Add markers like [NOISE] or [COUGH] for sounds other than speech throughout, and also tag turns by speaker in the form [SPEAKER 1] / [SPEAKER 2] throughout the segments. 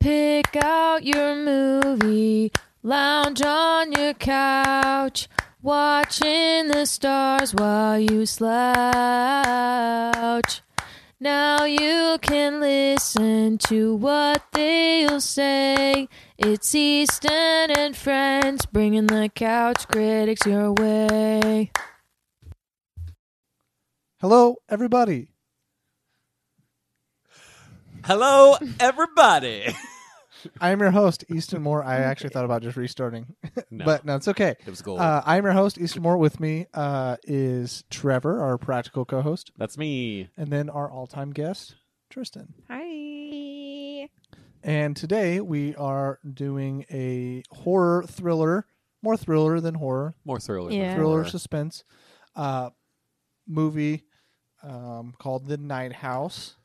[SPEAKER 1] Pick out your movie, lounge on your couch, watching the stars while you slouch. Now you can listen to what they'll say. It's Easton and friends bringing the couch critics your way.
[SPEAKER 2] Hello, everybody.
[SPEAKER 3] Hello, everybody.
[SPEAKER 2] I am your host, Easton Moore. I actually thought about just restarting,
[SPEAKER 3] [LAUGHS] No,
[SPEAKER 2] but no, it's okay.
[SPEAKER 3] it was gold.
[SPEAKER 2] Uh, I am your host, Easton Moore. With me uh, is Trevor, our practical co-host,
[SPEAKER 3] That's me.
[SPEAKER 2] and then our all-time guest, Tristan.
[SPEAKER 4] Hi.
[SPEAKER 2] And today we are doing a horror thriller, more thriller than horror,
[SPEAKER 3] More thriller. than
[SPEAKER 1] Yeah.
[SPEAKER 2] thriller suspense uh, movie um, called The Night House.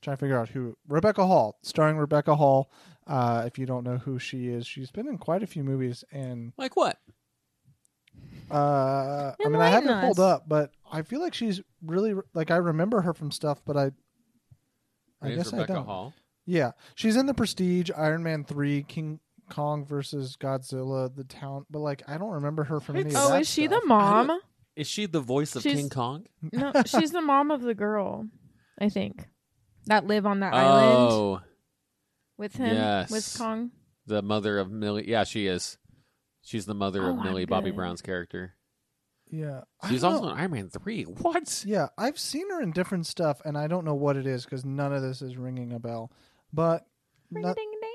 [SPEAKER 2] Trying to figure out who Rebecca Hall, starring Rebecca Hall. Uh, if you don't know who she is, she's been in quite a few movies, and
[SPEAKER 3] Like what?
[SPEAKER 2] uh, I mean, I haven't
[SPEAKER 1] Enlighten us.
[SPEAKER 2] pulled up, but I feel like she's really like I remember her from stuff, but I, I
[SPEAKER 3] Is
[SPEAKER 2] guess
[SPEAKER 3] Rebecca
[SPEAKER 2] I don't.
[SPEAKER 3] Hall.
[SPEAKER 2] Yeah, she's in the Prestige, Iron Man three, King Kong versus Godzilla, The Town, but like I don't remember her from any of
[SPEAKER 3] It's-
[SPEAKER 2] that.
[SPEAKER 3] Yeah,
[SPEAKER 4] Oh, is she
[SPEAKER 2] stuff.
[SPEAKER 4] the mom?
[SPEAKER 3] Is she the voice of
[SPEAKER 4] She's-
[SPEAKER 3] King Kong?
[SPEAKER 4] No, she's the mom of the girl, I think, that live on that island
[SPEAKER 3] Oh,
[SPEAKER 4] with him,
[SPEAKER 3] yes.
[SPEAKER 4] with Kong.
[SPEAKER 3] the mother of Millie. Yeah, she is. She's the mother
[SPEAKER 4] Oh,
[SPEAKER 3] of
[SPEAKER 4] I'm
[SPEAKER 3] Millie Bobby
[SPEAKER 4] good.
[SPEAKER 3] Brown's character.
[SPEAKER 2] Yeah, I
[SPEAKER 3] She's
[SPEAKER 2] don't
[SPEAKER 3] also
[SPEAKER 2] know.
[SPEAKER 3] in Iron Man 3. What?
[SPEAKER 2] Yeah, I've seen her in different stuff, and I don't know what it is because none of this is ringing a bell. But
[SPEAKER 4] Ring
[SPEAKER 2] not-
[SPEAKER 4] ding ding.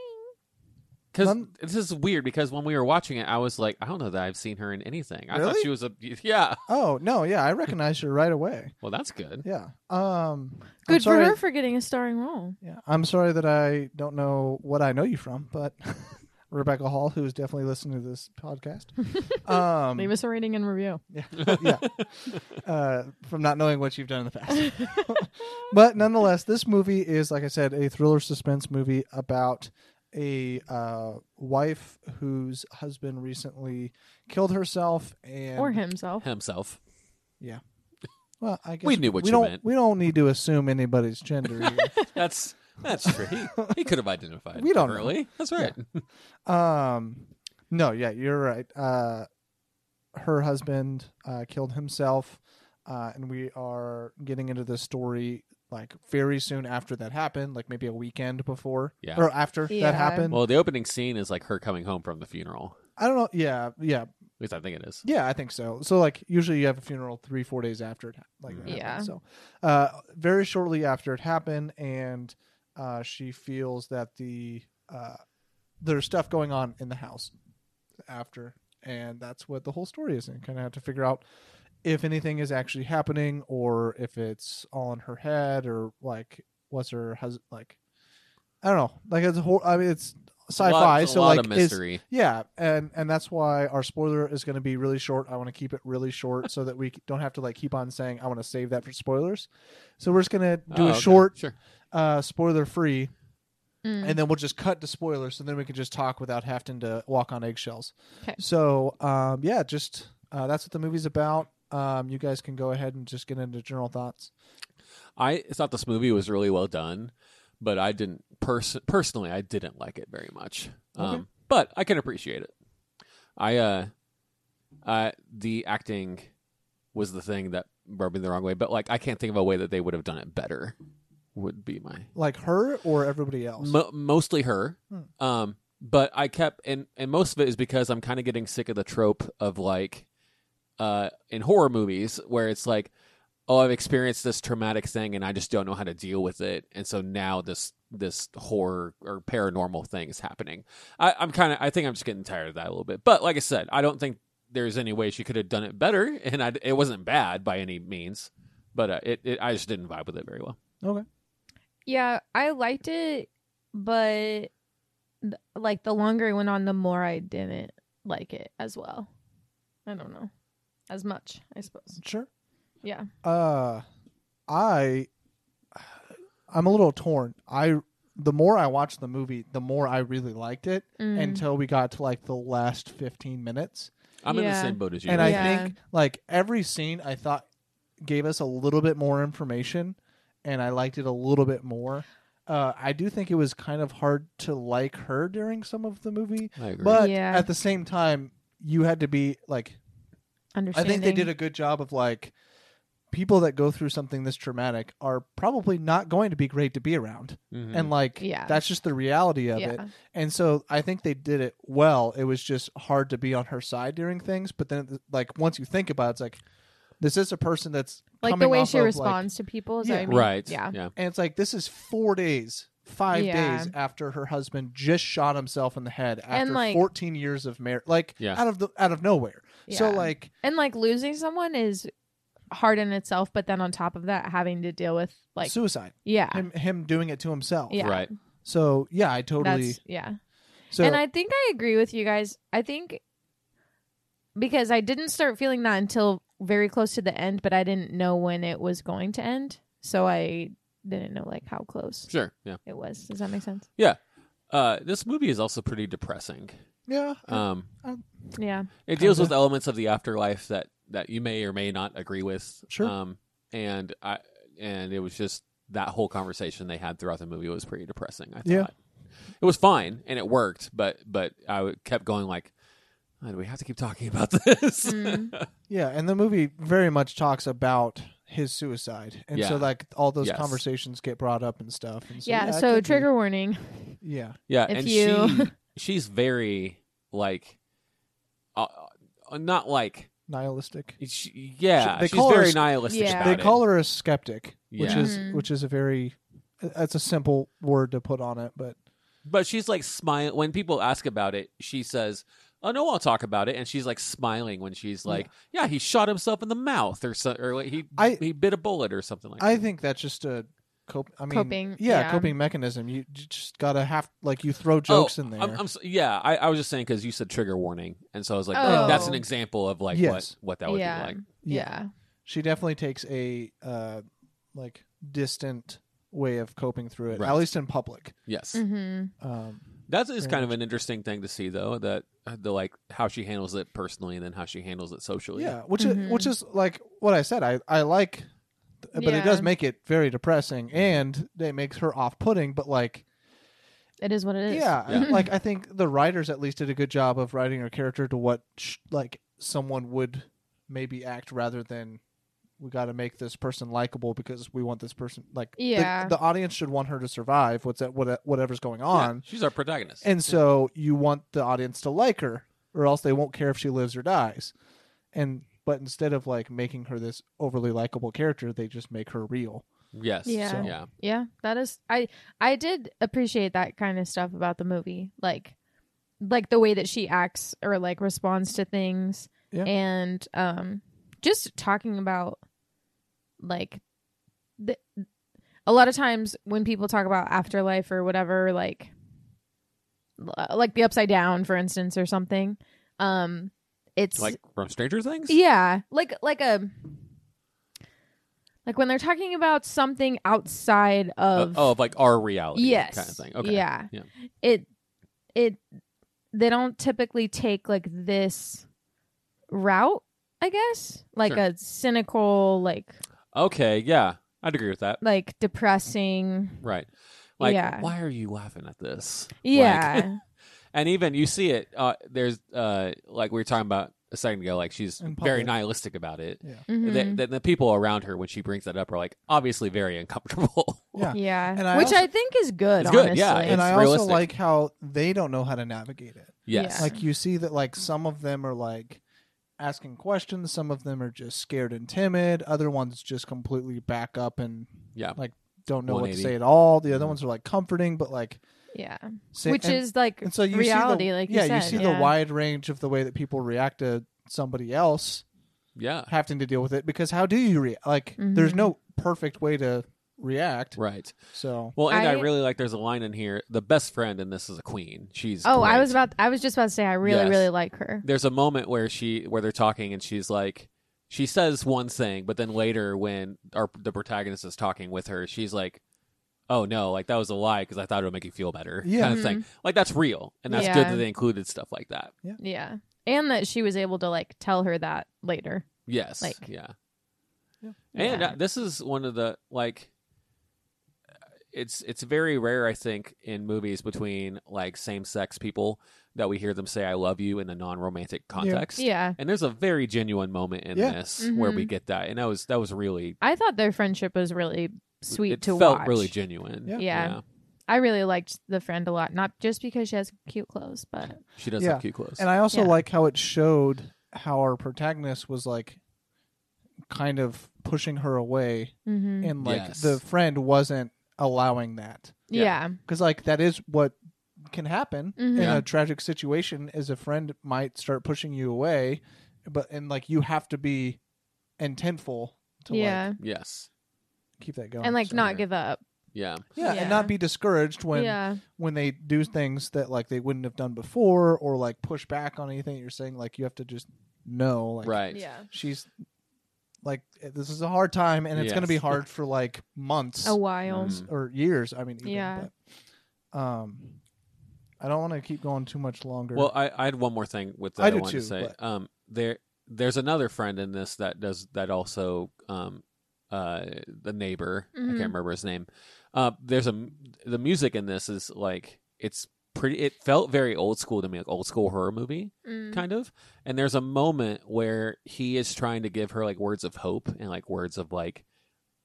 [SPEAKER 3] Because
[SPEAKER 2] None-
[SPEAKER 3] this is weird because when we were watching it, I was like, I don't know that I've seen her in anything. I thought
[SPEAKER 2] Really?
[SPEAKER 3] she was a. Yeah.
[SPEAKER 2] oh no, yeah, I recognized her right away.
[SPEAKER 3] Well, that's good.
[SPEAKER 2] Yeah. Um. I'm
[SPEAKER 4] Good for
[SPEAKER 2] sorry-
[SPEAKER 4] her for getting a starring role.
[SPEAKER 2] Yeah, I'm sorry that I don't know what I know you from, but [LAUGHS] Rebecca Hall, who is definitely listening to this podcast,
[SPEAKER 4] [LAUGHS]
[SPEAKER 2] um,
[SPEAKER 4] Leave us a rating and review.
[SPEAKER 3] [LAUGHS]
[SPEAKER 2] yeah, [LAUGHS] uh, from not knowing what you've done in the past. [LAUGHS] but nonetheless, this movie is, like I said, a thriller suspense movie about a uh, wife whose husband recently killed herself, and
[SPEAKER 4] Or himself.
[SPEAKER 3] Himself.
[SPEAKER 2] Well, I guess
[SPEAKER 3] We knew what
[SPEAKER 2] we
[SPEAKER 3] you
[SPEAKER 2] don't,
[SPEAKER 3] meant.
[SPEAKER 2] We don't need to assume anybody's gender. here.
[SPEAKER 3] That's that's true. He, he
[SPEAKER 2] [LAUGHS]
[SPEAKER 3] could have identified.
[SPEAKER 2] We don't know.
[SPEAKER 3] really. That's right.
[SPEAKER 2] um, no, yeah, you're right. Uh, her husband uh, killed himself, uh, and we are getting into this story like very soon after that happened, like maybe a weekend before
[SPEAKER 3] Yeah.
[SPEAKER 2] or after
[SPEAKER 4] Yeah.
[SPEAKER 2] that happened.
[SPEAKER 3] Well, the opening scene is like her coming home from the funeral.
[SPEAKER 2] I don't know. Yeah, yeah,
[SPEAKER 3] At least I think it is.
[SPEAKER 2] Yeah, I think so. So like usually you have a funeral three four days after it hap- like
[SPEAKER 3] Mm-hmm.
[SPEAKER 2] it happened.
[SPEAKER 4] Yeah.
[SPEAKER 2] So uh, very shortly after it happened, and uh, she feels that the uh, there's stuff going on in the house after, and that's what the whole story is. And kind of have to figure out if anything is actually happening or if it's all in her head or like what's her husband like. I don't know. Like it's a whole. I mean, it's sci-fi.
[SPEAKER 3] A lot, it's a
[SPEAKER 2] so
[SPEAKER 3] lot
[SPEAKER 2] like,
[SPEAKER 3] of
[SPEAKER 2] is-
[SPEAKER 3] mystery.
[SPEAKER 2] yeah, and and that's why our spoiler is going to be really short. I want to keep it really short so that we don't have to like keep on saying I want to save that for spoilers. So we're just going to do
[SPEAKER 3] Oh,
[SPEAKER 2] a
[SPEAKER 3] okay.
[SPEAKER 2] short
[SPEAKER 3] Sure.
[SPEAKER 2] uh spoiler free
[SPEAKER 4] Mm.
[SPEAKER 2] and then we'll just cut to spoilers so then we can just talk without having to walk on eggshells.
[SPEAKER 4] 'Kay.
[SPEAKER 2] So, um yeah, just uh that's what the movie's about. Um you guys can go ahead and just get into general thoughts.
[SPEAKER 3] I thought this movie was really well done, but I didn't pers- personally. I didn't like it very much.
[SPEAKER 2] Okay.
[SPEAKER 3] Um, but I can appreciate it. I uh, uh, the acting was the thing that rubbed me the wrong way. But like, I can't think of a way that they would have done it better. Would be my
[SPEAKER 2] Like her or everybody else.
[SPEAKER 3] Mo- mostly her.
[SPEAKER 2] Hmm.
[SPEAKER 3] Um, but I kept and and most of it is because I'm kind of getting sick of the trope of like, uh, in horror movies where it's like, oh, I've experienced this traumatic thing and I just don't know how to deal with it, and so now this this horror or paranormal thing is happening. I, I'm kind of I think I'm just getting tired of that a little bit. But like I said, I don't think there's any way she could have done it better, [LAUGHS] and I, it wasn't bad by any means. But uh, it, it I just didn't vibe with it very well.
[SPEAKER 4] Yeah, I liked it, but th- like the longer it went on, the more I didn't like it as well. I don't know. As much, I suppose.
[SPEAKER 2] Sure.
[SPEAKER 4] Yeah.
[SPEAKER 2] Uh, I, I'm a little torn. I the more I watched the movie, the more I really liked it
[SPEAKER 4] Mm.
[SPEAKER 2] until we got to like the last 15 minutes,
[SPEAKER 3] I'm in the
[SPEAKER 4] Yeah.
[SPEAKER 3] same boat as you.
[SPEAKER 2] and I
[SPEAKER 4] Yeah.
[SPEAKER 2] think like every scene I thought gave us a little bit more information, and I liked it a little bit more. uh, I do think it was kind of hard to like her during some of the movie,
[SPEAKER 3] I agree.
[SPEAKER 2] but
[SPEAKER 4] Yeah.
[SPEAKER 2] at the same time, you had to be like, I
[SPEAKER 4] Understanding.
[SPEAKER 2] think they did a good job of like people that go through something this traumatic are probably not going to be great to be around,
[SPEAKER 3] Mhm.
[SPEAKER 2] and like
[SPEAKER 4] Yeah.
[SPEAKER 2] that's just the reality of
[SPEAKER 4] yeah.
[SPEAKER 2] it. And so I think they did it well. It was just hard to be on her side during things, but then like once you think about it, it's like this is a person that's
[SPEAKER 4] Like the
[SPEAKER 2] coming
[SPEAKER 4] way
[SPEAKER 2] off
[SPEAKER 4] she
[SPEAKER 2] of, like-
[SPEAKER 4] responds to people. Is that
[SPEAKER 2] Yeah.
[SPEAKER 4] what you mean?
[SPEAKER 3] right.
[SPEAKER 4] Yeah.
[SPEAKER 3] Yeah.
[SPEAKER 2] and it's like this is four days, five
[SPEAKER 4] Yeah.
[SPEAKER 2] days after her husband just shot himself in the head after
[SPEAKER 4] And, like-
[SPEAKER 2] 14 years of marriage, like
[SPEAKER 3] Yeah.
[SPEAKER 2] out of the out of nowhere. So
[SPEAKER 4] Yeah.
[SPEAKER 2] like
[SPEAKER 4] and like losing someone is hard in itself, but then on top of that, having to deal with like
[SPEAKER 2] suicide,
[SPEAKER 4] yeah,
[SPEAKER 2] him him doing it to himself.
[SPEAKER 4] Yeah.
[SPEAKER 3] Right.
[SPEAKER 2] So yeah, I totally.
[SPEAKER 4] that's yeah.
[SPEAKER 2] So
[SPEAKER 4] and I think I agree with you guys. I think because I didn't start feeling that until very close to the end, but I didn't know when it was going to end, so I didn't know like how close
[SPEAKER 3] Sure. Yeah.
[SPEAKER 4] it was. Does that make sense?
[SPEAKER 3] Uh, this movie is also pretty depressing.
[SPEAKER 2] yeah,
[SPEAKER 3] Um,
[SPEAKER 2] [LAUGHS]
[SPEAKER 4] Yeah.
[SPEAKER 3] it deals
[SPEAKER 2] Kinda.
[SPEAKER 3] with elements of the afterlife that that you may or may not agree with.
[SPEAKER 2] Sure.
[SPEAKER 3] Um, and I and it was just that whole conversation they had throughout the movie was pretty depressing. I thought.
[SPEAKER 2] Yeah.
[SPEAKER 3] It was fine and it worked, but but I w- kept going like, "Oh, do we have to keep talking about [LAUGHS] this?
[SPEAKER 2] Hmm.
[SPEAKER 4] Mm.
[SPEAKER 2] yeah, and the movie very much talks about his suicide, and so
[SPEAKER 3] Yeah.
[SPEAKER 2] like all those
[SPEAKER 3] Yes.
[SPEAKER 2] conversations get brought up and stuff. And so,
[SPEAKER 4] yeah,
[SPEAKER 2] it
[SPEAKER 4] So
[SPEAKER 2] could be-
[SPEAKER 4] trigger warning.
[SPEAKER 2] yeah,
[SPEAKER 3] yeah,
[SPEAKER 4] If
[SPEAKER 3] and
[SPEAKER 4] you-
[SPEAKER 2] [LAUGHS]
[SPEAKER 3] she she's very like, uh, uh, not like
[SPEAKER 2] nihilistic.
[SPEAKER 3] she, yeah,
[SPEAKER 2] She- they
[SPEAKER 3] she's
[SPEAKER 2] call her
[SPEAKER 3] very
[SPEAKER 2] s-
[SPEAKER 3] nihilistic.
[SPEAKER 4] Yeah.
[SPEAKER 3] about
[SPEAKER 2] they
[SPEAKER 3] it.
[SPEAKER 2] call her a skeptic, which
[SPEAKER 3] Yeah.
[SPEAKER 2] is
[SPEAKER 4] Mhm.
[SPEAKER 2] which is a very that's a simple word to put on it, but
[SPEAKER 3] But she's like smile when people ask about it. She says, "Oh no, I'll talk about it." And she's like smiling when she's like, "Yeah, he shot himself in the mouth, or so, or like, he
[SPEAKER 2] I-
[SPEAKER 3] he bit a bullet, or something like."
[SPEAKER 2] I
[SPEAKER 3] that.
[SPEAKER 2] think that's just a cope. I mean,
[SPEAKER 4] Coping,
[SPEAKER 2] yeah,
[SPEAKER 4] yeah.
[SPEAKER 2] coping mechanism. You j- just gotta have like you throw jokes
[SPEAKER 3] Oh,
[SPEAKER 2] in there.
[SPEAKER 3] I'm, I'm s- yeah, I, I was just saying because you said trigger warning, and so I was like,
[SPEAKER 4] Oh.
[SPEAKER 3] "That's an example of like
[SPEAKER 2] Yes.
[SPEAKER 3] what what that would
[SPEAKER 4] Yeah.
[SPEAKER 3] be like."
[SPEAKER 4] Yeah.
[SPEAKER 2] she definitely takes a uh like distant way of coping through it,
[SPEAKER 3] Right.
[SPEAKER 2] at least in public.
[SPEAKER 3] Yes,
[SPEAKER 4] Mm-hmm.
[SPEAKER 2] Um,
[SPEAKER 3] that is
[SPEAKER 2] Very
[SPEAKER 3] kind of an interesting thing to see, though. That uh, the like how she handles it personally, and then how she handles it socially.
[SPEAKER 2] yeah, which
[SPEAKER 4] Mhm.
[SPEAKER 2] is which is like what I said. I I like, but it does
[SPEAKER 4] Yeah.
[SPEAKER 2] make it very depressing, and it makes her off putting. But like,
[SPEAKER 4] It is what it is.
[SPEAKER 2] yeah,
[SPEAKER 3] Yeah.
[SPEAKER 2] like I think the writers at least did a good job of writing her character to what sh- like someone would maybe act rather than we got to make this person likable because we want this person like the-
[SPEAKER 4] Yeah.
[SPEAKER 2] the, audience should want her to survive what's that what whatever's going
[SPEAKER 3] Yeah,
[SPEAKER 2] on
[SPEAKER 3] she's our protagonist,
[SPEAKER 2] And so you want the audience to like her, or else they won't care if she lives or dies. And but instead of like making her this overly likable character, they just make her real.
[SPEAKER 3] yes,
[SPEAKER 4] Yeah.
[SPEAKER 3] yeah,
[SPEAKER 4] Yeah, that is I I did appreciate that kind of stuff about the movie. Like like the way that she acts or like responds to things
[SPEAKER 2] Yeah.
[SPEAKER 4] and um just talking about like the, a lot of times when people talk about afterlife or whatever like l- like the upside down for instance or something um it's
[SPEAKER 3] like from
[SPEAKER 4] [LAUGHS]
[SPEAKER 3] Stranger Things.
[SPEAKER 4] yeah, like like a like when they're talking about something outside
[SPEAKER 3] Uh,
[SPEAKER 4] of
[SPEAKER 3] oh, of like our reality,
[SPEAKER 4] yes,
[SPEAKER 3] kind of thing. Okay,
[SPEAKER 4] yeah,
[SPEAKER 3] Yeah.
[SPEAKER 4] It it they don't typically take like this route, I guess, like
[SPEAKER 3] Sure.
[SPEAKER 4] a cynical, like
[SPEAKER 3] Okay, yeah, I'd agree with that.
[SPEAKER 4] like depressing,
[SPEAKER 3] Right. Like,
[SPEAKER 4] Yeah.
[SPEAKER 3] why are you laughing at this? Like-
[SPEAKER 4] [LAUGHS]
[SPEAKER 3] [LAUGHS]
[SPEAKER 4] yeah,
[SPEAKER 3] and even you see it. Uh, there's uh, like we were talking about a second ago. Like she's
[SPEAKER 2] In
[SPEAKER 3] very
[SPEAKER 2] public.
[SPEAKER 3] nihilistic about it.
[SPEAKER 2] Yeah.
[SPEAKER 4] Mhm.
[SPEAKER 3] The, the, the people around her when she brings that up are like obviously very uncomfortable. [LAUGHS]
[SPEAKER 2] Yeah.
[SPEAKER 4] yeah,
[SPEAKER 2] And I
[SPEAKER 4] which
[SPEAKER 2] also-
[SPEAKER 4] I think is good.
[SPEAKER 3] It's good,
[SPEAKER 4] honestly.
[SPEAKER 3] yeah,
[SPEAKER 2] And
[SPEAKER 3] It's
[SPEAKER 2] I
[SPEAKER 3] realistic.
[SPEAKER 2] also like how they don't know how to navigate it.
[SPEAKER 3] yes.
[SPEAKER 4] Yeah.
[SPEAKER 2] Like you see that like some of them are like asking questions, some of them are just scared and timid, other ones just completely back up and
[SPEAKER 3] Yeah.
[SPEAKER 2] like don't know what to
[SPEAKER 3] 180.
[SPEAKER 2] say at all. The other
[SPEAKER 3] Mhm.
[SPEAKER 2] ones are like comforting, but like
[SPEAKER 4] yeah,
[SPEAKER 2] say,
[SPEAKER 4] which
[SPEAKER 2] and-
[SPEAKER 4] is like
[SPEAKER 2] and so you
[SPEAKER 4] reality,
[SPEAKER 2] see the,
[SPEAKER 4] like
[SPEAKER 2] yeah,
[SPEAKER 4] you,
[SPEAKER 2] you
[SPEAKER 4] said,
[SPEAKER 2] see
[SPEAKER 4] yeah.
[SPEAKER 2] the wide range of the way that people react to somebody else
[SPEAKER 3] Yeah.
[SPEAKER 2] having to deal with it because how do you react? Like, there's
[SPEAKER 4] Mhm.
[SPEAKER 2] no perfect way to react.
[SPEAKER 3] Right.
[SPEAKER 2] So
[SPEAKER 3] Well, and
[SPEAKER 4] I-
[SPEAKER 3] I, really like. There's a line in here. The best friend, and this is a queen. She's.
[SPEAKER 4] Oh, I
[SPEAKER 3] great.
[SPEAKER 4] was about. I was just about to say. I really,
[SPEAKER 3] Yes.
[SPEAKER 4] really like her.
[SPEAKER 3] there's a moment where she where they're talking and she's like she says one thing but then later when our the protagonist is talking with her she's like oh no like that was a lie because i thought it would make you feel better
[SPEAKER 2] Yeah.
[SPEAKER 3] kind of thing like that's real and that's good
[SPEAKER 4] Mm-hmm. Yeah.
[SPEAKER 3] that they included stuff like that
[SPEAKER 4] Yeah. And that she was able to like tell her that later.
[SPEAKER 3] yes
[SPEAKER 4] Like-
[SPEAKER 3] yeah
[SPEAKER 2] Yeah.
[SPEAKER 3] and
[SPEAKER 4] Yeah.
[SPEAKER 3] uh, this is one of the like it's it's very rare, I think, in movies between like same sex people that we hear them say "I love you" in a non romantic context.
[SPEAKER 4] Yeah.
[SPEAKER 3] And there's a very genuine moment in
[SPEAKER 2] Yeah.
[SPEAKER 3] this
[SPEAKER 4] Mm-hmm.
[SPEAKER 3] where we get that, and that was that was really
[SPEAKER 4] I thought their friendship was really sweet
[SPEAKER 3] It
[SPEAKER 4] to
[SPEAKER 3] felt
[SPEAKER 4] watch.
[SPEAKER 3] really genuine.
[SPEAKER 2] Yeah.
[SPEAKER 4] Yeah. I really liked the friend a lot, not just because she has cute clothes, but
[SPEAKER 3] she does
[SPEAKER 2] Yeah.
[SPEAKER 3] have cute clothes.
[SPEAKER 2] And I also
[SPEAKER 4] Yeah.
[SPEAKER 2] like how it showed how our protagonist was like kind of pushing her away
[SPEAKER 4] hmm
[SPEAKER 2] and like
[SPEAKER 3] Yes.
[SPEAKER 2] the friend wasn't allowing that.
[SPEAKER 4] yeah.
[SPEAKER 2] Cuz like that is what can happen
[SPEAKER 4] Mhm.
[SPEAKER 2] in
[SPEAKER 3] Yeah.
[SPEAKER 2] a tragic situation is a friend might start pushing you away but and like you have to be intentful to
[SPEAKER 4] yeah,
[SPEAKER 2] like
[SPEAKER 3] yes,
[SPEAKER 2] keep that going.
[SPEAKER 4] and like
[SPEAKER 2] So-
[SPEAKER 4] not
[SPEAKER 3] sure.
[SPEAKER 4] give up.
[SPEAKER 3] yeah,
[SPEAKER 2] yeah,
[SPEAKER 4] Yeah.
[SPEAKER 2] and not be discouraged when
[SPEAKER 4] yeah,
[SPEAKER 2] when they do things that like they wouldn't have done before or like push back on anything you're saying like you have to just know like
[SPEAKER 3] right,
[SPEAKER 4] yeah,
[SPEAKER 2] she's like this is a hard time and it's going to be
[SPEAKER 3] Yes.
[SPEAKER 2] hard for like months
[SPEAKER 4] a while.
[SPEAKER 3] Mm.
[SPEAKER 2] or years i mean even,
[SPEAKER 4] Yeah.
[SPEAKER 2] but, um i don't want to keep going too much longer
[SPEAKER 3] Well, I, I had one more thing with that
[SPEAKER 2] I
[SPEAKER 3] I,
[SPEAKER 2] do
[SPEAKER 3] wanted
[SPEAKER 2] too,
[SPEAKER 3] to say.
[SPEAKER 2] but-
[SPEAKER 3] Um, there, there's another friend in this that does that also. Um, uh, the neighbor, I
[SPEAKER 4] Mhm.
[SPEAKER 3] can't remember his name. Uh, there's a the music in this is like it's pretty. It felt very old school to me, like old school horror movie
[SPEAKER 4] Mm.
[SPEAKER 3] kind of. And there's a moment where he is trying to give her like words of hope and like words of like,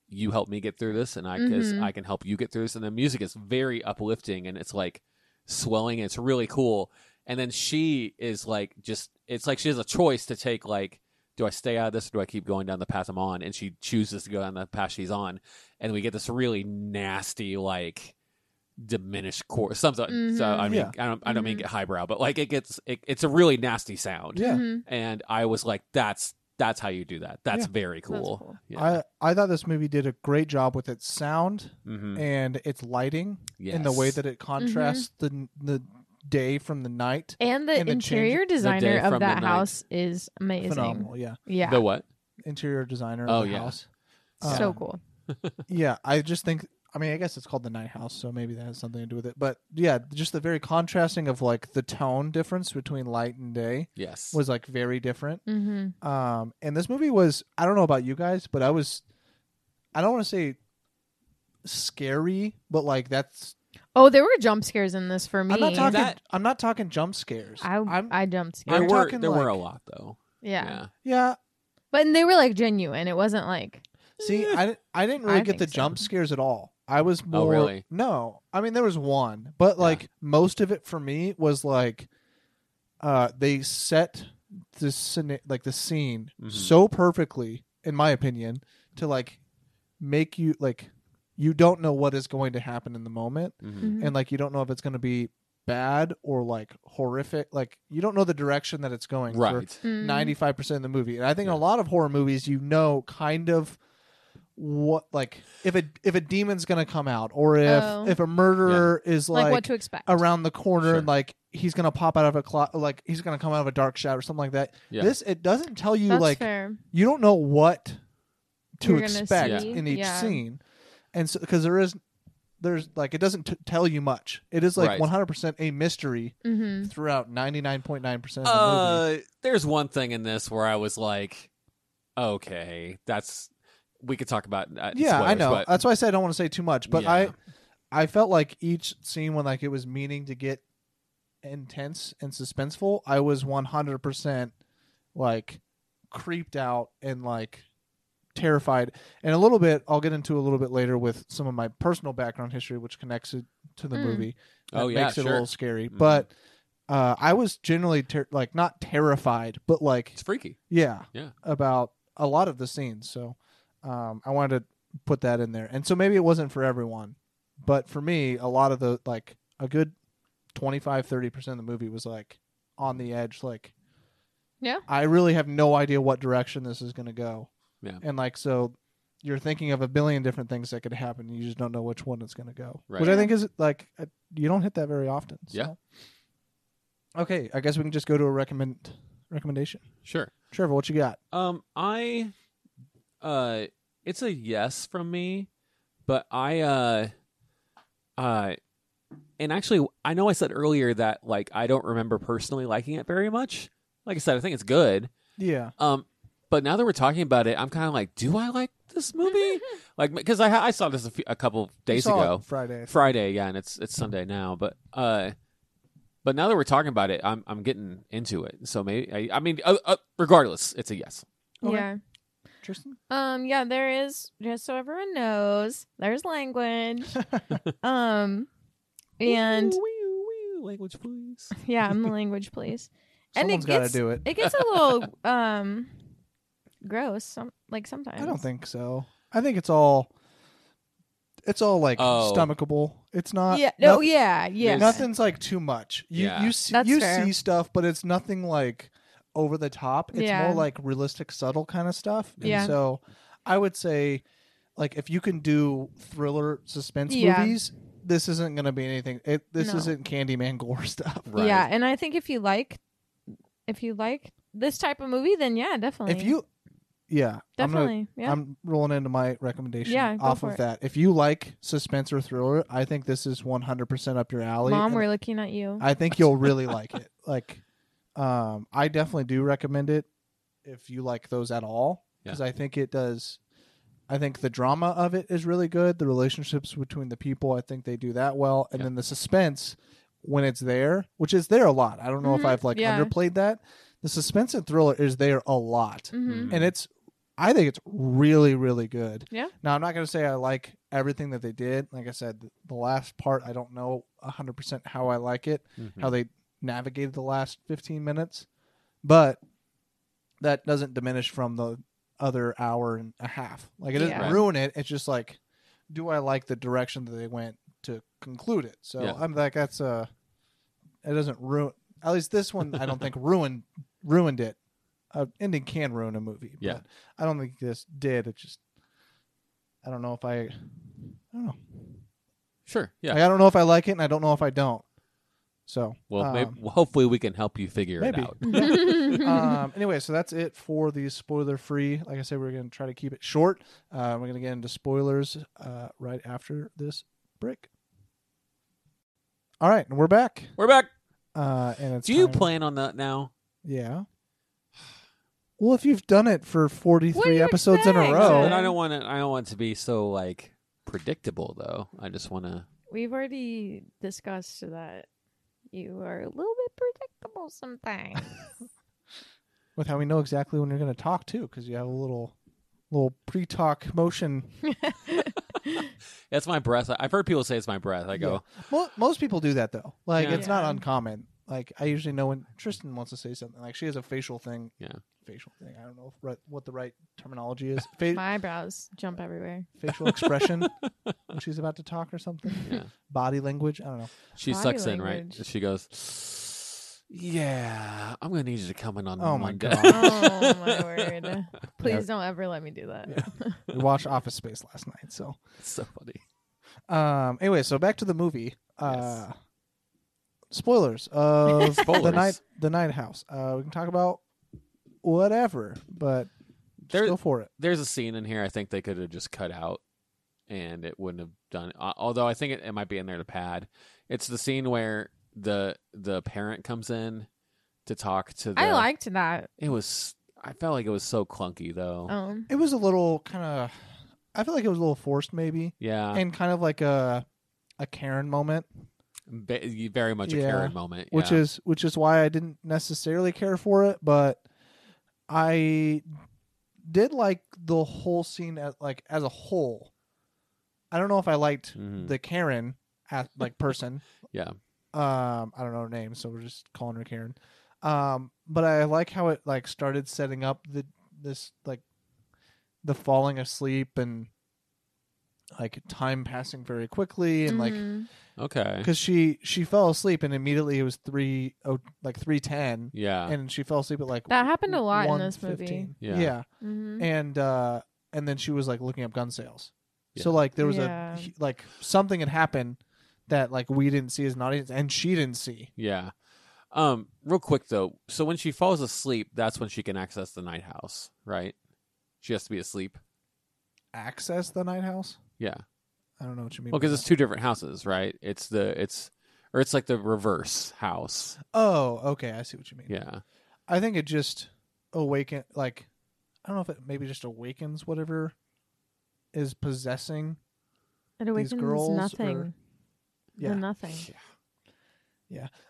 [SPEAKER 3] you help me get through this, and I 'cause
[SPEAKER 4] Mhm.
[SPEAKER 3] I can help you get through this. And the music is very uplifting, and it's like swelling. And it's really cool. And then she is like, just it's like she has a choice to take like. Do I stay out of this or do I keep going down the path I'm on? And she chooses to go down the path she's on. And we get this really nasty, like, diminished chord. Some, so, I mean,
[SPEAKER 2] Yeah.
[SPEAKER 3] I don't, I don't mean get highbrow, but like it gets, it, it's a really nasty sound.
[SPEAKER 2] yeah
[SPEAKER 4] Mhm.
[SPEAKER 3] And I was like, that's, that's how you do that. That's
[SPEAKER 2] Yeah.
[SPEAKER 3] very cool.
[SPEAKER 4] cool.
[SPEAKER 3] Yeah.
[SPEAKER 2] i i thought this movie did a great job with its sound
[SPEAKER 3] mm-hmm.
[SPEAKER 2] and its lighting and the way that it contrasts
[SPEAKER 4] Mm-hmm.
[SPEAKER 2] the the day from the night
[SPEAKER 4] And the
[SPEAKER 2] And the change-
[SPEAKER 4] interior designer
[SPEAKER 3] from the
[SPEAKER 4] of that
[SPEAKER 3] night.
[SPEAKER 4] house is amazing.
[SPEAKER 2] phenomenal yeah
[SPEAKER 4] Yeah,
[SPEAKER 3] the what?
[SPEAKER 2] interior designer of
[SPEAKER 3] Oh,
[SPEAKER 2] the
[SPEAKER 3] yeah.
[SPEAKER 2] house
[SPEAKER 4] so
[SPEAKER 2] Um,
[SPEAKER 4] cool.
[SPEAKER 2] yeah, I just think. I mean, I guess it's called the Night House, so maybe that has something to do with it. But yeah, just the very contrasting of like the tone difference between light and day
[SPEAKER 3] Yes.
[SPEAKER 2] was like very different.
[SPEAKER 4] Mm-hmm.
[SPEAKER 2] Um, and this movie was, I don't know about you guys, but I was, I don't want to say scary, but like that's.
[SPEAKER 4] Oh, there were jump scares in this for me.
[SPEAKER 2] I'm not talking.
[SPEAKER 3] That-
[SPEAKER 2] I'm not talking jump scares.
[SPEAKER 4] I
[SPEAKER 2] am
[SPEAKER 4] I jumped
[SPEAKER 3] there
[SPEAKER 4] scared.
[SPEAKER 2] I'm
[SPEAKER 3] were,
[SPEAKER 2] talking
[SPEAKER 3] there were a
[SPEAKER 2] like-
[SPEAKER 3] lot though.
[SPEAKER 4] Yeah.
[SPEAKER 2] yeah.
[SPEAKER 4] but and they were like genuine. It wasn't like
[SPEAKER 2] See, I di- I didn't really
[SPEAKER 4] I
[SPEAKER 2] get the
[SPEAKER 4] think so.
[SPEAKER 2] jump scares at all. I was more.
[SPEAKER 3] Oh, really?
[SPEAKER 2] No, I mean there was one, but
[SPEAKER 3] Yeah.
[SPEAKER 2] like most of it for me was like, uh, they set this scene- like the scene
[SPEAKER 3] Mhm.
[SPEAKER 2] so perfectly, in my opinion, to like make you like you don't know what is going to happen in the moment,
[SPEAKER 3] hmm
[SPEAKER 4] Mm-hmm.
[SPEAKER 2] and like you don't know if it's going to be bad or like horrific. Like you don't know the direction that it's going. for
[SPEAKER 3] Right.
[SPEAKER 4] mm,
[SPEAKER 2] ninety-five percent of the movie. And I think in
[SPEAKER 3] Yeah.
[SPEAKER 2] a lot of horror movies, you know, kind of what like if a if a demon's gonna come out, or if
[SPEAKER 4] Oh.
[SPEAKER 2] if a murderer is
[SPEAKER 4] like,
[SPEAKER 2] like,
[SPEAKER 4] what to expect.
[SPEAKER 2] around the corner
[SPEAKER 3] Sure.
[SPEAKER 2] and like he's gonna pop out of a clock, like he's gonna come out of a dark shadow or something like that.
[SPEAKER 3] Yeah.
[SPEAKER 2] This it doesn't tell you
[SPEAKER 4] That's
[SPEAKER 2] like
[SPEAKER 4] fair.
[SPEAKER 2] you don't know what to
[SPEAKER 4] You're gonna
[SPEAKER 2] expect
[SPEAKER 3] see.
[SPEAKER 2] in each
[SPEAKER 4] Yeah.
[SPEAKER 2] scene, and so because there is there's like it doesn't t- tell you much. It is like
[SPEAKER 3] Right.
[SPEAKER 2] one hundred percent a mystery
[SPEAKER 4] Mm-hmm.
[SPEAKER 2] throughout ninety nine point nine percent of the movie.
[SPEAKER 3] Uh, there's one thing in this where I was like, okay, that's, we could talk about uh,
[SPEAKER 2] yeah i
[SPEAKER 3] spoilers,
[SPEAKER 2] know
[SPEAKER 3] but-
[SPEAKER 2] that's why i said i don't want to say too much but i
[SPEAKER 3] Yeah.
[SPEAKER 2] i felt like each scene when like it was meaning to get intense and suspenseful i was 100% like creeped out and like terrified and a little bit i'll get into a little bit later with some of my personal background history which connects it to the
[SPEAKER 4] Mm.
[SPEAKER 2] movie
[SPEAKER 3] Oh,
[SPEAKER 2] That
[SPEAKER 3] yeah,
[SPEAKER 2] makes it
[SPEAKER 3] sure.
[SPEAKER 2] a little scary
[SPEAKER 3] Mhm.
[SPEAKER 2] but uh, i was generally ter- like not terrified but like
[SPEAKER 3] it's freaky.
[SPEAKER 2] yeah.
[SPEAKER 3] Yeah.
[SPEAKER 2] About a lot of the scenes. So um, I wanted to put that in there. And so maybe it wasn't for everyone, but for me, a lot of the, like, a good 25, 30% of the movie was, like, on the edge. Like,
[SPEAKER 4] Yeah.
[SPEAKER 2] I really have no idea what direction this is going to go.
[SPEAKER 3] Yeah.
[SPEAKER 2] And, like, so you're thinking of a billion different things that could happen. You just don't know which one it's going to go.
[SPEAKER 3] Right.
[SPEAKER 2] Which I think is, like, uh, you don't hit that very often. So.
[SPEAKER 3] Yeah.
[SPEAKER 2] Okay. I guess we can just go to a recommend recommendation.
[SPEAKER 3] Sure.
[SPEAKER 2] Trevor, what you got?
[SPEAKER 3] Um, I, uh, it's a yes from me, but I, uh, uh, and actually, I know I said earlier that like I don't remember personally liking it very much. Like I said, I think it's good.
[SPEAKER 2] Yeah.
[SPEAKER 3] Um, but now that we're talking about it, I'm kind of like, do I like
[SPEAKER 2] [LAUGHS]
[SPEAKER 3] this movie? like, because I I saw this a, few, a couple of days
[SPEAKER 2] Saw it
[SPEAKER 3] ago,
[SPEAKER 2] Friday.
[SPEAKER 3] Friday, yeah, and it's it's Sunday now, but uh, but now that we're talking about it, I'm I'm getting into it. So maybe I, I mean, uh, uh, regardless, it's a yes.
[SPEAKER 2] Okay.
[SPEAKER 4] Yeah.
[SPEAKER 2] Tristan?
[SPEAKER 4] Um, yeah, there is just so everyone knows, there's
[SPEAKER 2] [LAUGHS]
[SPEAKER 4] language. um and
[SPEAKER 3] language,
[SPEAKER 2] [LAUGHS]
[SPEAKER 3] please.
[SPEAKER 4] yeah, I'm the language police. And it
[SPEAKER 2] Someone's got to
[SPEAKER 4] gets-
[SPEAKER 2] do it.
[SPEAKER 4] It gets a
[SPEAKER 2] [LAUGHS]
[SPEAKER 4] little um gross some like sometimes.
[SPEAKER 2] I don't think so. I think it's all it's all like
[SPEAKER 3] Oh.
[SPEAKER 2] stomachable. It's not
[SPEAKER 4] yeah, no,
[SPEAKER 2] noth-
[SPEAKER 4] yeah, yeah.
[SPEAKER 2] Nothing's like too much. You
[SPEAKER 3] Yeah.
[SPEAKER 2] you see
[SPEAKER 4] That's
[SPEAKER 2] you
[SPEAKER 4] fair.
[SPEAKER 2] see stuff, but it's nothing like over the top. It's
[SPEAKER 4] Yeah.
[SPEAKER 2] more like realistic, subtle kind of stuff. And
[SPEAKER 4] Yeah.
[SPEAKER 2] so I would say like if you can do thriller suspense
[SPEAKER 4] Yeah.
[SPEAKER 2] movies, this isn't gonna be anything it this
[SPEAKER 4] No.
[SPEAKER 2] isn't Candyman gore [LAUGHS] stuff.
[SPEAKER 3] Right.
[SPEAKER 4] Yeah, and I think if you like if you like this type of movie, then yeah, definitely.
[SPEAKER 2] If you yeah, I'm gonna
[SPEAKER 4] definitely yeah.
[SPEAKER 2] I'm rolling into my recommendation
[SPEAKER 4] Yeah, go
[SPEAKER 2] off
[SPEAKER 4] for
[SPEAKER 2] of
[SPEAKER 4] it.
[SPEAKER 2] that. If you like suspense or thriller, I think this is 100% up your alley.
[SPEAKER 4] Mom,
[SPEAKER 2] and
[SPEAKER 4] we're looking at you.
[SPEAKER 2] I think you'll really
[SPEAKER 4] [LAUGHS]
[SPEAKER 2] like it. Like, um, I definitely do recommend it if you like those at all, because I think it does. I think the drama of it is really good. The relationships between the people, I think they do that well, and
[SPEAKER 3] Yeah.
[SPEAKER 2] then the suspense when it's there, which is there a lot. I don't know
[SPEAKER 4] Mhm,
[SPEAKER 2] if I've like
[SPEAKER 4] yeah.
[SPEAKER 2] underplayed that. The suspense and thriller is there a lot
[SPEAKER 4] mm-hmm.
[SPEAKER 2] and it's I think it's really really good.
[SPEAKER 4] Yeah.
[SPEAKER 2] Now I'm not going to say I like everything that they did. Like I said, th- the last part I don't know 100% how I like it, how they navigated the last 15 minutes, but that doesn't diminish from the other hour and a half. Like it doesn't
[SPEAKER 4] Yeah.
[SPEAKER 2] ruin it. It's just like do I like the direction that they went to conclude it? So
[SPEAKER 3] Yeah.
[SPEAKER 2] I'm like that's a it doesn't ruin at least this one I don't think [LAUGHS] ruined ruined it. A ending can ruin a movie.
[SPEAKER 3] Yeah.
[SPEAKER 2] But I don't think this did. It just I don't know if I I don't know.
[SPEAKER 3] Sure. Yeah.
[SPEAKER 2] Like, I don't know if I like it and I don't know if I don't. So
[SPEAKER 3] Well,
[SPEAKER 2] um,
[SPEAKER 3] maybe, well, hopefully we can help you figure
[SPEAKER 2] maybe.
[SPEAKER 3] it out.
[SPEAKER 2] Yeah.
[SPEAKER 4] Hmm. [LAUGHS] Mm-hmm.
[SPEAKER 2] um, anyway, so that's it for the spoiler free. Like I said, we're going to try to keep it short. Uh, we're going to get into spoilers uh, right after this break. All right, and we're back.
[SPEAKER 3] We're back.
[SPEAKER 2] Uh, and it's
[SPEAKER 3] Do you
[SPEAKER 2] time-
[SPEAKER 3] plan on that now?
[SPEAKER 2] Yeah. Well, if you've done it for forty
[SPEAKER 4] What do
[SPEAKER 2] three
[SPEAKER 4] you
[SPEAKER 2] episodes in a
[SPEAKER 4] expect?
[SPEAKER 2] row,
[SPEAKER 3] And I don't want to. I don't want it to be so like predictable though. I just want to.
[SPEAKER 4] We've already discussed that you are a little bit predictable sometimes.
[SPEAKER 2] with how we know exactly when you're going to talk too, because you have a little little pre talk motion.
[SPEAKER 3] That's my breath. I- I've heard people say it's my breath. I go.
[SPEAKER 2] Mo- most people do that though. Like
[SPEAKER 3] Yeah.
[SPEAKER 2] it's not
[SPEAKER 4] Yeah.
[SPEAKER 2] uncommon. Like I usually know when Tristan wants to say something. Like she has a facial thing.
[SPEAKER 3] Yeah.
[SPEAKER 2] Facial thing. I don't know if right, what the right terminology
[SPEAKER 3] [LAUGHS]
[SPEAKER 2] is.
[SPEAKER 4] [LAUGHS]
[SPEAKER 2] Fa-
[SPEAKER 4] My eyebrows jump everywhere. [LAUGHS]
[SPEAKER 2] facial expression when she's about to talk or something.
[SPEAKER 3] Yeah.
[SPEAKER 2] Body language. I don't know.
[SPEAKER 3] She
[SPEAKER 4] Body
[SPEAKER 3] sucks in, right?
[SPEAKER 4] language.
[SPEAKER 3] She goes. Yeah, I'm gonna need you to come in on
[SPEAKER 2] Oh my
[SPEAKER 3] Monday.
[SPEAKER 4] [LAUGHS]
[SPEAKER 2] God.
[SPEAKER 4] Oh my word! Please don't ever let me do that.
[SPEAKER 3] [LAUGHS]
[SPEAKER 2] We watched Office Space last night, so
[SPEAKER 3] [LAUGHS] It's so funny.
[SPEAKER 2] Um. Anyway, so back to the movie. Uh, Spoilers
[SPEAKER 3] [LAUGHS]
[SPEAKER 2] of the
[SPEAKER 3] Spoilers.
[SPEAKER 2] night. The night house. Uh, we can talk about whatever, but just
[SPEAKER 3] There-
[SPEAKER 2] go for it.
[SPEAKER 3] There's a scene in here I think they could have just cut out, and it wouldn't have done. al- Although I think it, it might be in there to pad. It's the scene where the the parent comes in to talk to. The,
[SPEAKER 4] I liked that.
[SPEAKER 3] it was. I felt like it was so clunky though.
[SPEAKER 2] Oh.
[SPEAKER 4] Um,
[SPEAKER 2] It was a little kind of. I feel like it was a little forced, maybe,
[SPEAKER 3] Yeah,
[SPEAKER 2] and kind of like a a Karen moment,
[SPEAKER 3] Ba- you- very much a
[SPEAKER 2] Yeah.
[SPEAKER 3] Karen moment.
[SPEAKER 2] which
[SPEAKER 3] yeah.
[SPEAKER 2] is which is why I didn't necessarily care for it, but I did like the whole scene as like as a whole. I don't know if I liked
[SPEAKER 3] Mhm.
[SPEAKER 2] the Karen at, like person.
[SPEAKER 3] [LAUGHS] yeah,
[SPEAKER 2] um i don't know her name so we're just calling her karen um but i like how it like started setting up the this like the falling asleep and like time passing very quickly and like
[SPEAKER 4] mhm.
[SPEAKER 3] okay,
[SPEAKER 2] because she she fell asleep and immediately it was three oh like 310
[SPEAKER 3] yeah,
[SPEAKER 2] and she fell asleep at like
[SPEAKER 4] That happened a lot in this
[SPEAKER 2] 1:15.
[SPEAKER 4] movie.
[SPEAKER 3] Yeah.
[SPEAKER 2] yeah
[SPEAKER 4] Mhm.
[SPEAKER 2] and uh and then she was like looking up gun sales so
[SPEAKER 3] Yeah.
[SPEAKER 2] like there was
[SPEAKER 4] Yeah.
[SPEAKER 2] a he- like something had happened that like we didn't see as an audience and she didn't see
[SPEAKER 3] yeah. Um, real quick though, so when she falls asleep, that's when she can access the night house, right? She has to be asleep.
[SPEAKER 2] access the night house?
[SPEAKER 3] Yeah,
[SPEAKER 2] I don't know what you mean.
[SPEAKER 3] well,
[SPEAKER 2] by
[SPEAKER 3] because it's
[SPEAKER 2] that.
[SPEAKER 3] two different houses, right? It's the it's or it's like the reverse house.
[SPEAKER 2] oh, okay, I see what you mean.
[SPEAKER 3] Yeah,
[SPEAKER 2] I think it just awaken like I don't know if it maybe just awakens whatever is possessing.
[SPEAKER 4] It awakens
[SPEAKER 2] girls are-
[SPEAKER 4] nothing. The
[SPEAKER 2] Yeah,
[SPEAKER 4] nothing.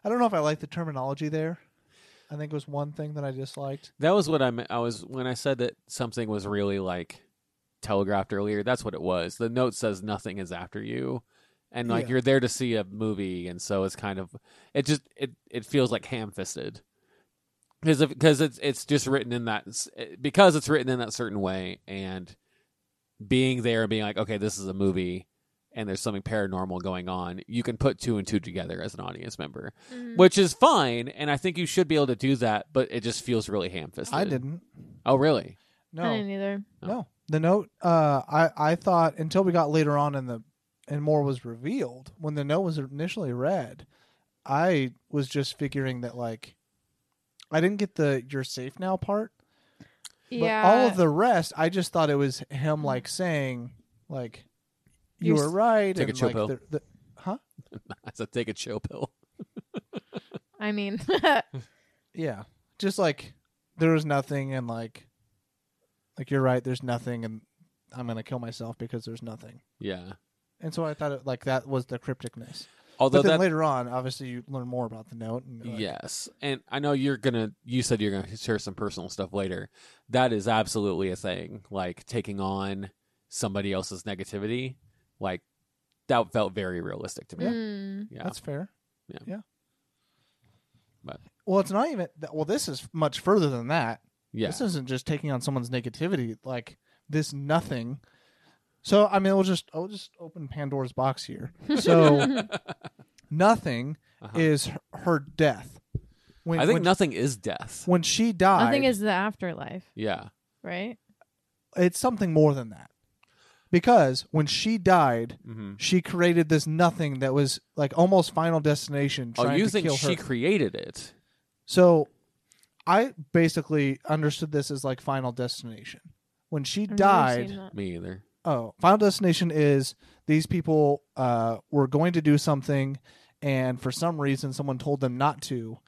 [SPEAKER 2] I don't know if I like the terminology there. I think it was one thing that I disliked.
[SPEAKER 3] That was what I meant. I was when I said that something was really like telegraphed earlier. That's what it was. The note says nothing is after you, and like
[SPEAKER 2] Yeah.
[SPEAKER 3] you're there to see a movie, and so it's kind of it just it it feels like ham fisted because because it's it's just written in that s- because it's written in that certain way, and being there and being like, okay, this is a movie. And there's something paranormal going on. You can put two and two together as an audience member,
[SPEAKER 4] Mm-hmm.
[SPEAKER 3] which is fine. And I think you should be able to do that, but it just feels really ham fisted.
[SPEAKER 2] I didn't.
[SPEAKER 3] Oh, really? [LAUGHS]
[SPEAKER 2] No.
[SPEAKER 4] I didn't either.
[SPEAKER 2] No, the note. Uh, I I thought until we got later on in the and more was revealed when the note was initially read, I was just figuring that like I didn't get the "you're safe now" part, but
[SPEAKER 4] yeah.
[SPEAKER 2] all of the rest, I just thought it was him like saying like you
[SPEAKER 4] You're
[SPEAKER 2] were right
[SPEAKER 3] Take a
[SPEAKER 2] and
[SPEAKER 3] chill
[SPEAKER 2] like
[SPEAKER 3] pill.
[SPEAKER 2] the, the,
[SPEAKER 3] I said take a chill pill.
[SPEAKER 4] I mean, [LAUGHS]
[SPEAKER 2] yeah, just like there was nothing and like like you're right, there's nothing and I'm gonna kill myself because there's nothing.
[SPEAKER 3] Yeah.
[SPEAKER 2] And so I thought it, like that was the crypticness.
[SPEAKER 3] Although
[SPEAKER 2] but then
[SPEAKER 3] that
[SPEAKER 2] later on, obviously, you learn more about the note. And you're like,
[SPEAKER 3] yes, and I know you're gonna. You said you're gonna share some personal stuff later. That is absolutely a thing. Like taking on somebody else's negativity. Like that felt very realistic to me.
[SPEAKER 4] mm,
[SPEAKER 3] Yeah.
[SPEAKER 2] that's fair.
[SPEAKER 3] Yeah.
[SPEAKER 2] yeah.
[SPEAKER 3] But-
[SPEAKER 2] well, it's not even. that- Well, this is much further than that.
[SPEAKER 3] yeah.
[SPEAKER 2] This isn't just taking on someone's negativity. Like this, nothing. So I mean, we'll just I'll just open Pandora's box here.
[SPEAKER 3] [LAUGHS]
[SPEAKER 2] So nothing
[SPEAKER 3] Uh-huh.
[SPEAKER 2] is her, her death. When,
[SPEAKER 3] I think
[SPEAKER 2] when,
[SPEAKER 3] nothing is death.
[SPEAKER 2] when she died,
[SPEAKER 4] nothing is the afterlife,
[SPEAKER 3] Yeah.
[SPEAKER 4] right?
[SPEAKER 2] it's something more than that. Because when she died,
[SPEAKER 3] Mm-hmm.
[SPEAKER 2] she created this nothing that was like almost final destination
[SPEAKER 3] Oh,
[SPEAKER 2] trying
[SPEAKER 3] you
[SPEAKER 2] to
[SPEAKER 3] think
[SPEAKER 2] kill
[SPEAKER 3] she
[SPEAKER 2] her.
[SPEAKER 3] created it?
[SPEAKER 2] so I basically understood this as like final destination. When she
[SPEAKER 4] I've never seen
[SPEAKER 2] died,
[SPEAKER 4] that.
[SPEAKER 3] Me either.
[SPEAKER 2] oh, final destination is these people uh, were going to do something, and for some reason, someone told them not to.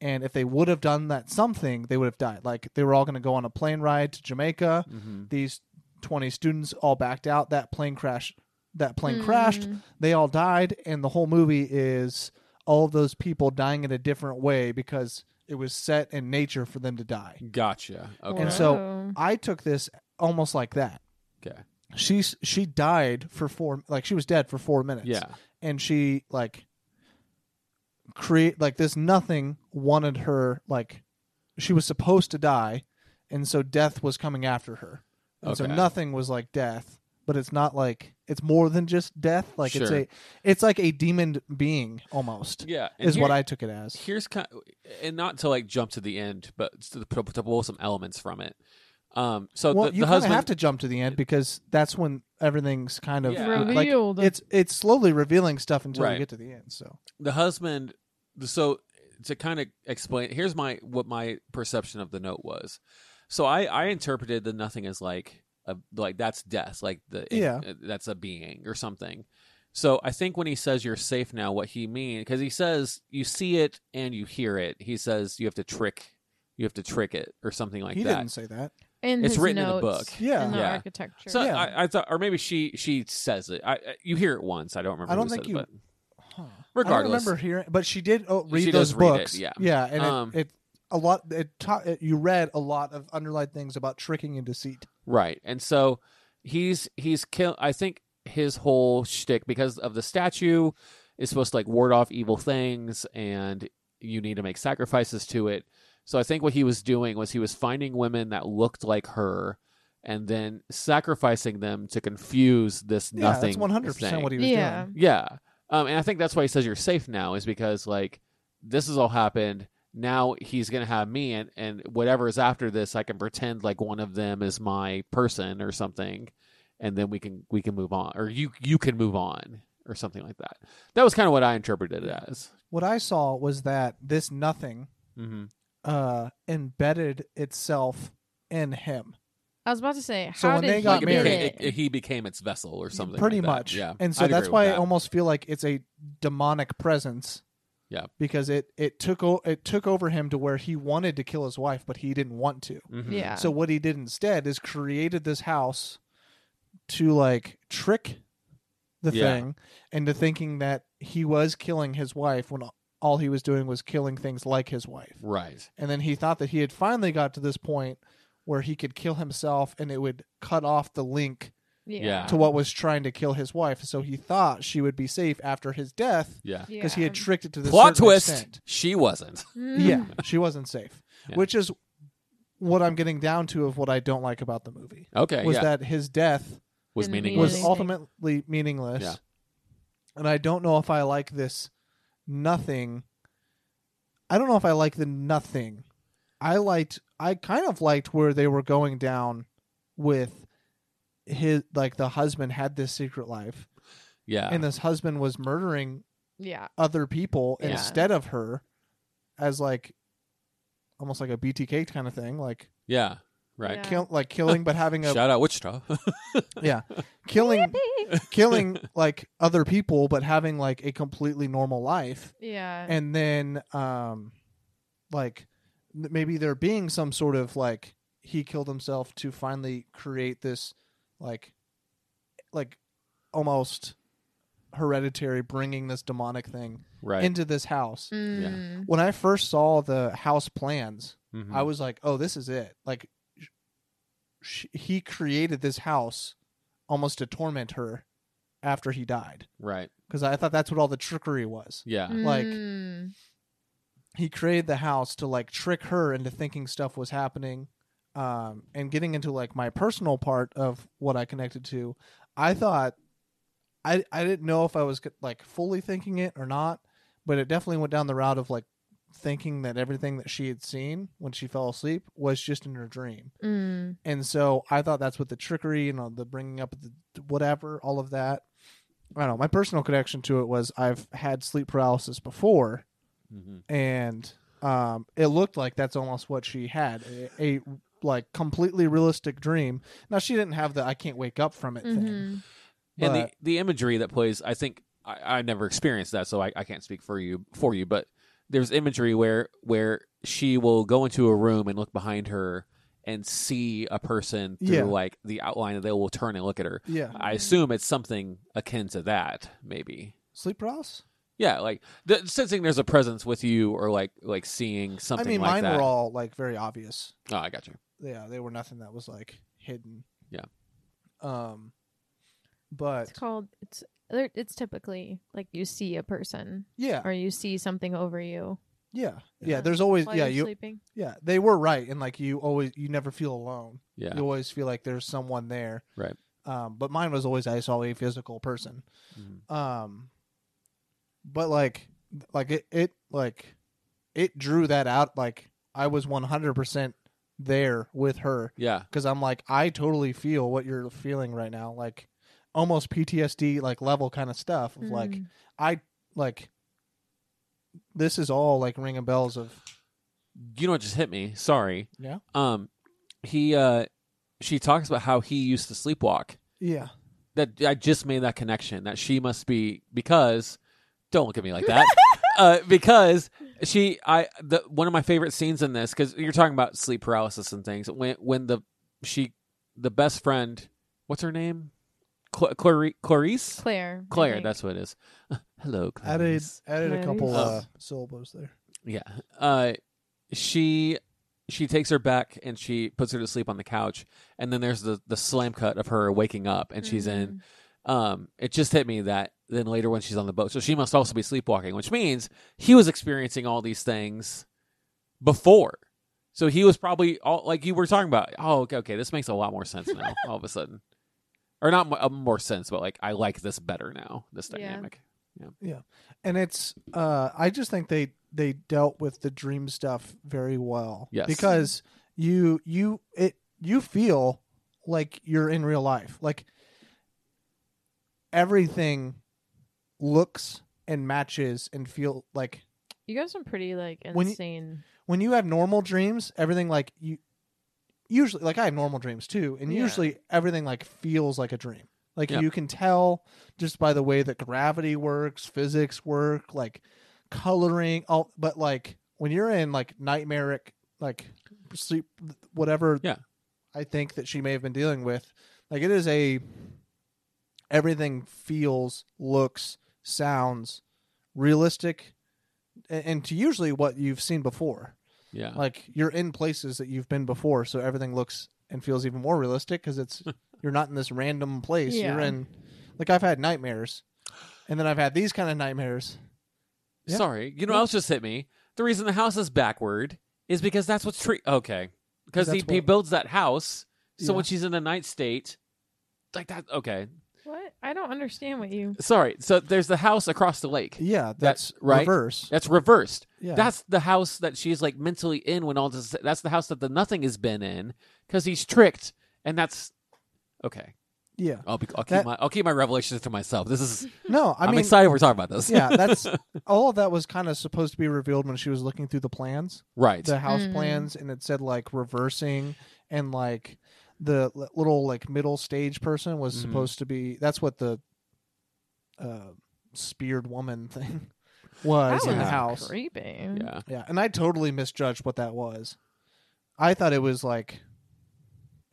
[SPEAKER 2] And if they would have done that something, they would have died. Like they were all going to go on a plane ride to Jamaica.
[SPEAKER 3] Mm-hmm.
[SPEAKER 2] These 20 students all backed out. That plane crash, that plane
[SPEAKER 4] Mm.
[SPEAKER 2] crashed. they all died and the whole movie is all those people dying in a different way because it was set in nature for them to die
[SPEAKER 3] Gotcha. Okay.
[SPEAKER 2] And so- i took this almost like that
[SPEAKER 3] Okay.
[SPEAKER 2] she she died for four like she was dead for four minutes
[SPEAKER 3] yeah.
[SPEAKER 2] and she like create like this nothing wanted her like she was supposed to die and so death was coming after her and so
[SPEAKER 3] Okay.
[SPEAKER 2] nothing was like death but it's not like it's more than just death like it's
[SPEAKER 3] Sure.
[SPEAKER 2] a it's like a demon being almost
[SPEAKER 3] Yeah. and
[SPEAKER 2] is what
[SPEAKER 3] here-
[SPEAKER 2] i took it as
[SPEAKER 3] here's kind and not to like jump to the end, but to, to, to pull some elements from it. Um, so
[SPEAKER 2] well
[SPEAKER 3] the,
[SPEAKER 2] you
[SPEAKER 3] the
[SPEAKER 2] kind
[SPEAKER 3] husband
[SPEAKER 2] of have to jump to the end because that's when everything's kind of
[SPEAKER 3] Yeah.
[SPEAKER 2] like
[SPEAKER 4] Revealed.
[SPEAKER 2] it's it's slowly revealing stuff until
[SPEAKER 3] Right.
[SPEAKER 2] you get to the end so
[SPEAKER 3] the husband so to kind of explain here's my what my perception of the note was so i i interpreted the nothing as like a, like that's death like the eh,
[SPEAKER 2] Yeah.
[SPEAKER 3] that's a being or something so i think when he says you're safe now what he means because he says you see it and you hear it he says you have to trick you have to trick it or something like
[SPEAKER 2] he
[SPEAKER 3] that
[SPEAKER 2] didn't say that
[SPEAKER 4] in
[SPEAKER 3] it's
[SPEAKER 4] his
[SPEAKER 3] written in the
[SPEAKER 4] notes,
[SPEAKER 3] book.
[SPEAKER 2] Yeah.
[SPEAKER 4] in the
[SPEAKER 3] Yeah.
[SPEAKER 4] architecture.
[SPEAKER 3] so
[SPEAKER 2] Yeah.
[SPEAKER 3] I, I thought or maybe she she says it i I- you hear it once i don't remember
[SPEAKER 2] I don't
[SPEAKER 3] who
[SPEAKER 2] think
[SPEAKER 3] said it,
[SPEAKER 2] you-
[SPEAKER 3] but-
[SPEAKER 2] Huh. I
[SPEAKER 3] Regardless.
[SPEAKER 2] don't remember hearing, but she did oh, read
[SPEAKER 3] She does
[SPEAKER 2] those
[SPEAKER 3] read it,
[SPEAKER 2] books.
[SPEAKER 3] yeah.
[SPEAKER 2] yeah, and
[SPEAKER 3] Um,
[SPEAKER 2] it, it a lot. It, ta- it you read a lot of underlined things about tricking and deceit.
[SPEAKER 3] Right. And so he's he's kill I think his whole shtick because of the statue is supposed to like ward off evil things and you need to make sacrifices to it. So I think what he was doing was he was finding women that looked like her and then sacrificing them to confuse this
[SPEAKER 2] yeah,
[SPEAKER 3] nothing.
[SPEAKER 2] that's one hundred percent
[SPEAKER 3] thing.
[SPEAKER 2] what he was
[SPEAKER 4] yeah.
[SPEAKER 2] doing.
[SPEAKER 3] Yeah. Um, and I think that's why he says you're safe now is because like this has all happened. Now he's gonna have me and, and whatever is after this, I can pretend like one of them is my person or something, and then we can we can move on. Or you you can move on or something like that. That was kind of what I interpreted it as.
[SPEAKER 2] What I saw was that this nothing
[SPEAKER 3] Mm-hmm.
[SPEAKER 2] uh, embedded itself in him,
[SPEAKER 4] I was about to say,
[SPEAKER 2] So
[SPEAKER 4] how
[SPEAKER 2] when
[SPEAKER 4] did
[SPEAKER 2] they
[SPEAKER 4] he
[SPEAKER 2] got
[SPEAKER 4] get
[SPEAKER 2] married-
[SPEAKER 4] it?
[SPEAKER 3] he became its vessel or something.
[SPEAKER 2] pretty
[SPEAKER 3] like that.
[SPEAKER 2] much.
[SPEAKER 3] Yeah.
[SPEAKER 2] and so
[SPEAKER 3] I'd
[SPEAKER 2] that's
[SPEAKER 3] agree with
[SPEAKER 2] why I
[SPEAKER 3] that.
[SPEAKER 2] almost feel like it's a demonic presence.
[SPEAKER 3] Yeah.
[SPEAKER 2] because it it took o- it took over him to where he wanted to kill his wife, but he didn't want to.
[SPEAKER 3] Mhm.
[SPEAKER 4] yeah.
[SPEAKER 2] So what he did instead is created this house to like trick the
[SPEAKER 3] Yeah.
[SPEAKER 2] thing into thinking that he was killing his wife when all he was doing was killing things like his wife.
[SPEAKER 3] Right.
[SPEAKER 2] And then he thought that he had finally got to this point where he could kill himself and it would cut off the link
[SPEAKER 3] Yeah.
[SPEAKER 2] to what was trying to kill his wife. So he thought she would be safe after his death
[SPEAKER 3] Yeah.
[SPEAKER 2] because he had tricked it to this
[SPEAKER 3] Plot
[SPEAKER 2] certain
[SPEAKER 3] twist.
[SPEAKER 2] extent.
[SPEAKER 3] She wasn't. [LAUGHS]
[SPEAKER 4] Mm.
[SPEAKER 2] Yeah, she wasn't safe,
[SPEAKER 3] Yeah.
[SPEAKER 2] which is what I'm getting down to of what I don't like about the movie
[SPEAKER 3] Okay.
[SPEAKER 2] was
[SPEAKER 3] Uh, yeah.
[SPEAKER 2] that his death
[SPEAKER 3] was
[SPEAKER 4] Didn't mean
[SPEAKER 3] meaningless.
[SPEAKER 2] was
[SPEAKER 4] anything.
[SPEAKER 2] ultimately meaningless.
[SPEAKER 3] Yeah.
[SPEAKER 2] And I don't know if I like this nothing. I don't know if I like the nothing. I liked I kind of liked where they were going down with his like the husband had this secret life
[SPEAKER 3] yeah.
[SPEAKER 2] and this husband was murdering
[SPEAKER 4] Yeah.
[SPEAKER 2] other people
[SPEAKER 4] Yeah.
[SPEAKER 2] instead of her as like almost like a BTK kind of thing like
[SPEAKER 3] yeah. Right.
[SPEAKER 4] Yeah.
[SPEAKER 2] kill like killing but having a
[SPEAKER 3] Shout out Wichita. [LAUGHS]
[SPEAKER 2] killing killing like other people but having like a completely normal life
[SPEAKER 4] Yeah.
[SPEAKER 2] and then um like th- maybe there being some sort of like he killed himself to finally create this like like almost hereditary bringing this demonic thing
[SPEAKER 3] right.
[SPEAKER 2] into this house
[SPEAKER 4] Mm.
[SPEAKER 2] when i first saw the house plans
[SPEAKER 3] Mhm.
[SPEAKER 2] i was like oh this is it like sh- he created this house almost to torment her after he died
[SPEAKER 3] right.
[SPEAKER 2] because i thought that's what all the trickery was
[SPEAKER 3] Yeah.
[SPEAKER 2] Like-
[SPEAKER 4] Mm.
[SPEAKER 2] he created the house to like trick her into thinking stuff was happening um and getting into like my personal part of what i connected to i thought i i didn't know if i was like fully thinking it or not but it definitely went down the route of like thinking that everything that she had seen when she fell asleep was just in her dream
[SPEAKER 4] Mm.
[SPEAKER 2] and so i thought that's what the trickery and all the bringing up of the whatever all of that i don't know my personal connection to it was i've had sleep paralysis before
[SPEAKER 3] Mhm.
[SPEAKER 2] and um, it looked like that's almost what she had a, a like completely realistic dream. Now she didn't have the I can't wake up from it thing.
[SPEAKER 4] Mhm.
[SPEAKER 3] and the,
[SPEAKER 2] But-
[SPEAKER 3] the imagery that plays i think i, I never experienced that so I, I can't speak for you for you but there's imagery where where she will go into a room and look behind her and see a person through
[SPEAKER 2] Yeah.
[SPEAKER 3] like the outline and they will turn and look at her
[SPEAKER 2] Yeah,
[SPEAKER 3] i
[SPEAKER 4] Mm-hmm.
[SPEAKER 3] assume it's something akin to that maybe
[SPEAKER 2] sleep paralysis.
[SPEAKER 3] yeah like the, sensing there's a presence with you or like like seeing something
[SPEAKER 2] I mean,
[SPEAKER 3] like
[SPEAKER 2] mine
[SPEAKER 3] that
[SPEAKER 2] were all like very obvious.
[SPEAKER 3] oh i got you
[SPEAKER 2] Yeah, they were nothing that was like hidden.
[SPEAKER 3] Yeah.
[SPEAKER 2] Um, but
[SPEAKER 4] It's called. It's. there- It's typically like you see a person
[SPEAKER 2] yeah,
[SPEAKER 4] or you see something over you
[SPEAKER 2] yeah, yeah.
[SPEAKER 3] Yeah.
[SPEAKER 2] There's always
[SPEAKER 4] while
[SPEAKER 2] yeah
[SPEAKER 4] you're
[SPEAKER 2] you
[SPEAKER 4] sleeping.
[SPEAKER 2] yeah they were right and like you always you never feel alone.
[SPEAKER 3] yeah
[SPEAKER 2] You always feel like there's someone there.
[SPEAKER 3] Right.
[SPEAKER 2] Um, but mine was always I saw a physical person.
[SPEAKER 3] Mhm.
[SPEAKER 2] um but like like it, it like it drew that out like i was 100% there with her
[SPEAKER 3] yeah
[SPEAKER 2] because i'm like i totally feel what you're feeling right now like almost ptsd like level kind of stuff of like
[SPEAKER 4] Mm.
[SPEAKER 2] i like this is all like ringing bells of
[SPEAKER 3] you know what just hit me sorry
[SPEAKER 2] Yeah?
[SPEAKER 3] um he uh she talks about how he used to sleepwalk
[SPEAKER 2] yeah
[SPEAKER 3] that I just made that connection that she must be because don't look at me
[SPEAKER 2] [LAUGHS]
[SPEAKER 3] like that uh, because she I the one of my favorite scenes in this because you're talking about sleep paralysis and things when when the she the best friend what's her name Cla- Clari- Clarice
[SPEAKER 4] Claire. I
[SPEAKER 3] Claire
[SPEAKER 4] think.
[SPEAKER 3] that's what it is [LAUGHS] hello
[SPEAKER 2] added
[SPEAKER 3] Clarice
[SPEAKER 2] added a
[SPEAKER 4] Nice.
[SPEAKER 2] couple uh,
[SPEAKER 3] Um,
[SPEAKER 2] syllables there
[SPEAKER 3] yeah uh she she takes her back and she puts her to sleep on the couch and then there's the the slam cut of her waking up and she's in
[SPEAKER 4] Mhm.
[SPEAKER 3] um, it just hit me that then later when she's on the boat, so she must also be sleepwalking, which means he was experiencing all these things before. So he was probably all like you were talking about. Oh, okay, okay, this makes a lot more sense now. all of a sudden, or not mo- uh, more sense, but like I like this better now. This
[SPEAKER 4] Yeah.
[SPEAKER 3] dynamic.
[SPEAKER 2] and it's uh i just think they they dealt with the dream stuff very well
[SPEAKER 3] Yes.
[SPEAKER 2] because you you it you feel like you're in real life like everything looks and matches and feel like
[SPEAKER 4] You got some pretty like
[SPEAKER 2] When you-
[SPEAKER 4] insane.
[SPEAKER 2] when you have normal dreams everything like you usually like i have normal dreams too and
[SPEAKER 4] Yeah.
[SPEAKER 2] usually everything like feels like a dream like
[SPEAKER 3] Yep.
[SPEAKER 2] you can tell just by the way that gravity works physics work like coloring all but like when you're in like nightmaric like sleep whatever
[SPEAKER 3] Yeah.
[SPEAKER 2] i think that she may have been dealing with Like it is a everything feels, looks, sounds realistic a- and to usually what you've seen before.
[SPEAKER 3] Yeah.
[SPEAKER 2] Like you're in places that you've been before, so everything looks and feels even more realistic because it's
[SPEAKER 3] [LAUGHS]
[SPEAKER 2] you're not in this random place. You're
[SPEAKER 4] Yeah.
[SPEAKER 2] in like I've had nightmares. And then I've had these kind of nightmares. yeah.
[SPEAKER 3] Sorry. You know what else just hit me? The reason the house is backward is because that's what's tree. Okay. Because he,
[SPEAKER 2] That's
[SPEAKER 3] he
[SPEAKER 2] what-
[SPEAKER 3] builds that house. So
[SPEAKER 2] Yeah.
[SPEAKER 3] when she's in the night state, like that. Okay.
[SPEAKER 4] What? I don't understand what
[SPEAKER 2] [LAUGHS]
[SPEAKER 4] you.
[SPEAKER 3] Sorry. So there's the house across the lake.
[SPEAKER 2] Yeah, that's
[SPEAKER 3] right.
[SPEAKER 2] reverse.
[SPEAKER 3] That's reversed.
[SPEAKER 2] Yeah.
[SPEAKER 3] That's the house that she's like mentally in when all this. That's the house that the nothing has been in because he's tricked, and that's okay.
[SPEAKER 2] yeah.
[SPEAKER 3] I'll be. I'll keep
[SPEAKER 2] That-
[SPEAKER 3] my. I'll keep my revelations to myself. This is.
[SPEAKER 2] No, I
[SPEAKER 3] I am
[SPEAKER 2] mean
[SPEAKER 3] excited we're talking about this.
[SPEAKER 2] yeah, that's all of that was kind of supposed to be revealed when she was looking through the plans,
[SPEAKER 3] [LAUGHS] right.
[SPEAKER 2] the house
[SPEAKER 4] Mm.
[SPEAKER 2] plans, and it said like reversing and like the l- little like middle stage person was
[SPEAKER 3] Mhm.
[SPEAKER 2] supposed to be. That's what the uh, speared woman [LAUGHS] thing was
[SPEAKER 4] that
[SPEAKER 2] in the
[SPEAKER 4] was
[SPEAKER 2] house.
[SPEAKER 4] creepy.
[SPEAKER 3] yeah.
[SPEAKER 2] Yeah, and I totally misjudged what that was. I thought it was like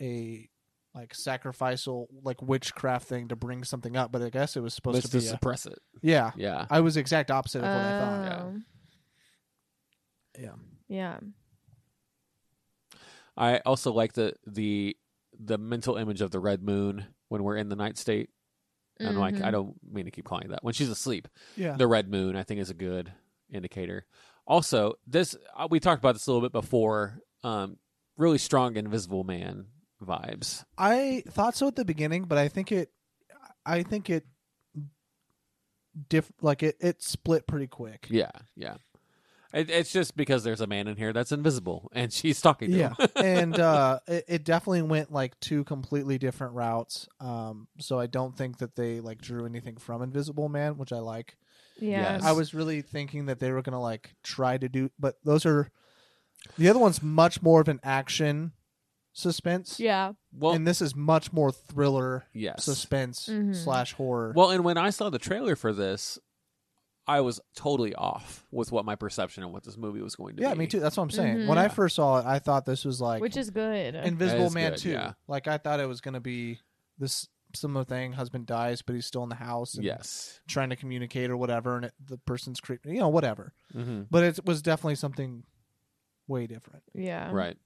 [SPEAKER 2] a like sacrificial like witchcraft thing to bring something up, but I guess it was supposed
[SPEAKER 3] Let's
[SPEAKER 2] to be
[SPEAKER 3] just
[SPEAKER 2] a-
[SPEAKER 3] suppress it.
[SPEAKER 2] yeah.
[SPEAKER 3] Yeah.
[SPEAKER 2] I was the exact opposite of what I thought.
[SPEAKER 4] Oh.
[SPEAKER 3] Yeah.
[SPEAKER 2] Yeah.
[SPEAKER 4] Yeah.
[SPEAKER 3] I also like the the the mental image of the red moon when we're in the night state. And like,
[SPEAKER 4] Mhm.
[SPEAKER 3] I don't mean to keep calling it that when she's asleep.
[SPEAKER 2] Yeah.
[SPEAKER 3] The red moon, I think, is a good indicator. Also, this uh, we talked about this a little bit before. Um, really strong Invisible Man vibes.
[SPEAKER 2] I thought so at the beginning, but I think it, I think it, diff like it, it split pretty quick.
[SPEAKER 3] Yeah, yeah. It, it's just because there's a man in here that's invisible, and [LAUGHS] she's talking to
[SPEAKER 2] Yeah,
[SPEAKER 3] him.
[SPEAKER 2] and uh, it, it definitely went like two completely different routes. Um, so I don't think that they like drew anything from Invisible Man, which I like.
[SPEAKER 4] Yeah.
[SPEAKER 3] Yes.
[SPEAKER 2] I was really thinking that they were gonna like try to do, but those are the other one's much more of an action suspense.
[SPEAKER 4] Yeah.
[SPEAKER 3] well,
[SPEAKER 2] and this is much more thriller
[SPEAKER 3] yes.
[SPEAKER 2] suspense
[SPEAKER 4] Mhm.
[SPEAKER 2] slash horror.
[SPEAKER 3] Well, and when I saw the trailer for this, I was totally off with what my perception of what this movie was going to
[SPEAKER 2] yeah,
[SPEAKER 3] be.
[SPEAKER 2] me too. That's what I'm saying.
[SPEAKER 4] Mhm.
[SPEAKER 2] When I
[SPEAKER 3] Yeah.
[SPEAKER 2] first saw it, I thought this was like
[SPEAKER 4] Which is good.
[SPEAKER 2] Invisible
[SPEAKER 3] is
[SPEAKER 2] Man
[SPEAKER 3] good,
[SPEAKER 2] too.
[SPEAKER 3] yeah.
[SPEAKER 2] Like I thought it was gonna be this similar thing. Husband dies, but he's still in the house. And
[SPEAKER 3] Yes.
[SPEAKER 2] trying to communicate or whatever, and it, the person's creeping. You know, whatever.
[SPEAKER 3] hmm
[SPEAKER 2] But it was definitely something way different.
[SPEAKER 4] yeah.
[SPEAKER 3] Right.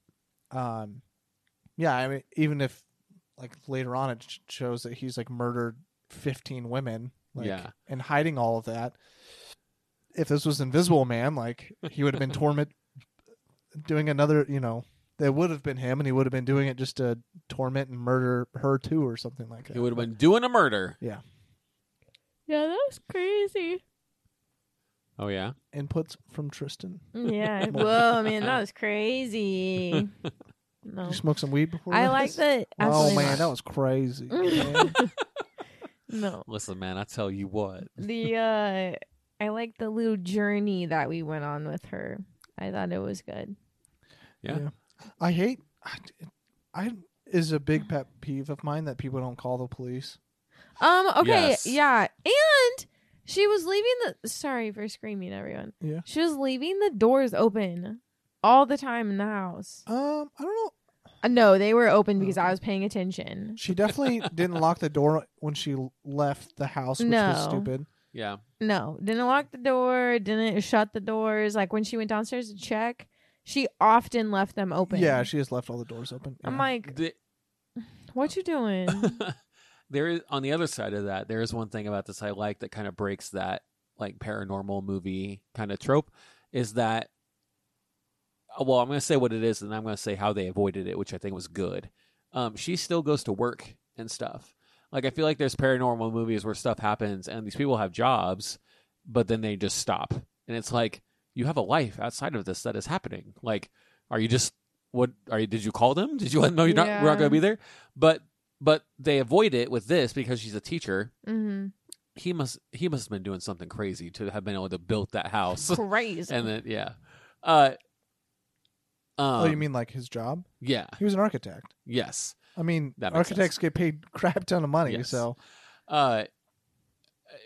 [SPEAKER 2] Um, yeah. I mean, even if like later on it sh- shows that he's like murdered fifteen women, like,
[SPEAKER 3] Yeah.
[SPEAKER 2] and hiding all of that. If this was Invisible Man, like he would have
[SPEAKER 3] [LAUGHS]
[SPEAKER 2] been torment doing another, you know. That would have been him, and he would have been doing it just to torment and murder her too, or something like that.
[SPEAKER 3] He would have been doing a murder.
[SPEAKER 4] Yeah, that was crazy.
[SPEAKER 3] Oh yeah.
[SPEAKER 2] inputs from Tristan. [LAUGHS]
[SPEAKER 4] Yeah. Whoa, man, that was crazy. No.
[SPEAKER 2] Did you smoke some weed before?
[SPEAKER 4] Oh. I
[SPEAKER 2] this?
[SPEAKER 4] like that.
[SPEAKER 2] Oh
[SPEAKER 4] absolutely
[SPEAKER 2] man,
[SPEAKER 4] not.
[SPEAKER 2] that
[SPEAKER 4] [LAUGHS]
[SPEAKER 2] was crazy. man.
[SPEAKER 4] no.
[SPEAKER 3] Listen, man, I tell you what.
[SPEAKER 4] The uh I like the little journey that we went on with her. I thought it was good.
[SPEAKER 3] Yeah.
[SPEAKER 2] I hate. I, I is a big pet peeve of mine that people don't call the police.
[SPEAKER 4] Um okay,
[SPEAKER 3] Yes.
[SPEAKER 4] yeah. And she was leaving the sorry for screaming everyone.
[SPEAKER 2] Yeah.
[SPEAKER 4] She was leaving the doors open all the time in the house.
[SPEAKER 2] Um, I don't know.
[SPEAKER 4] Uh, no, they were open because I was paying attention.
[SPEAKER 2] She
[SPEAKER 3] [LAUGHS]
[SPEAKER 2] definitely didn't lock the door when she l- left the house, which
[SPEAKER 4] No.
[SPEAKER 2] was stupid.
[SPEAKER 3] Yeah.
[SPEAKER 4] No, didn't lock the door, didn't shut the doors. Like when she went downstairs to check, she often left them open.
[SPEAKER 2] Yeah, she just left all the doors open.
[SPEAKER 4] I'm
[SPEAKER 2] Yeah.
[SPEAKER 4] like,
[SPEAKER 3] The- [LAUGHS]
[SPEAKER 4] what you doing?
[SPEAKER 3] there is on the other side of that. There is one thing about this I like that kind of breaks that like paranormal movie kind of trope. Is that uh, well, I'm going to say what it is, and I'm going to say how they avoided it, which I think was good. Um, she still goes to work and stuff. Like I feel like there's paranormal movies where stuff happens and these people have jobs, but then they just stop, and it's like you have a life outside of this that is happening. Like, are you just what are you? Did you call them? [LAUGHS] Did you let them know you're not we're
[SPEAKER 4] Yeah.
[SPEAKER 3] not going to be there? But but they avoid it with this because she's a teacher.
[SPEAKER 4] hmm
[SPEAKER 3] He must he must have been doing something crazy to have been able to build that house.
[SPEAKER 4] Crazy.
[SPEAKER 3] and then yeah, uh, um,
[SPEAKER 2] oh, you mean like his job?
[SPEAKER 3] yeah,
[SPEAKER 2] He was an architect.
[SPEAKER 3] yes.
[SPEAKER 2] I mean,
[SPEAKER 3] That makes
[SPEAKER 2] architects get paid [LAUGHS] crap ton of money,
[SPEAKER 3] Yes.
[SPEAKER 2] so
[SPEAKER 3] uh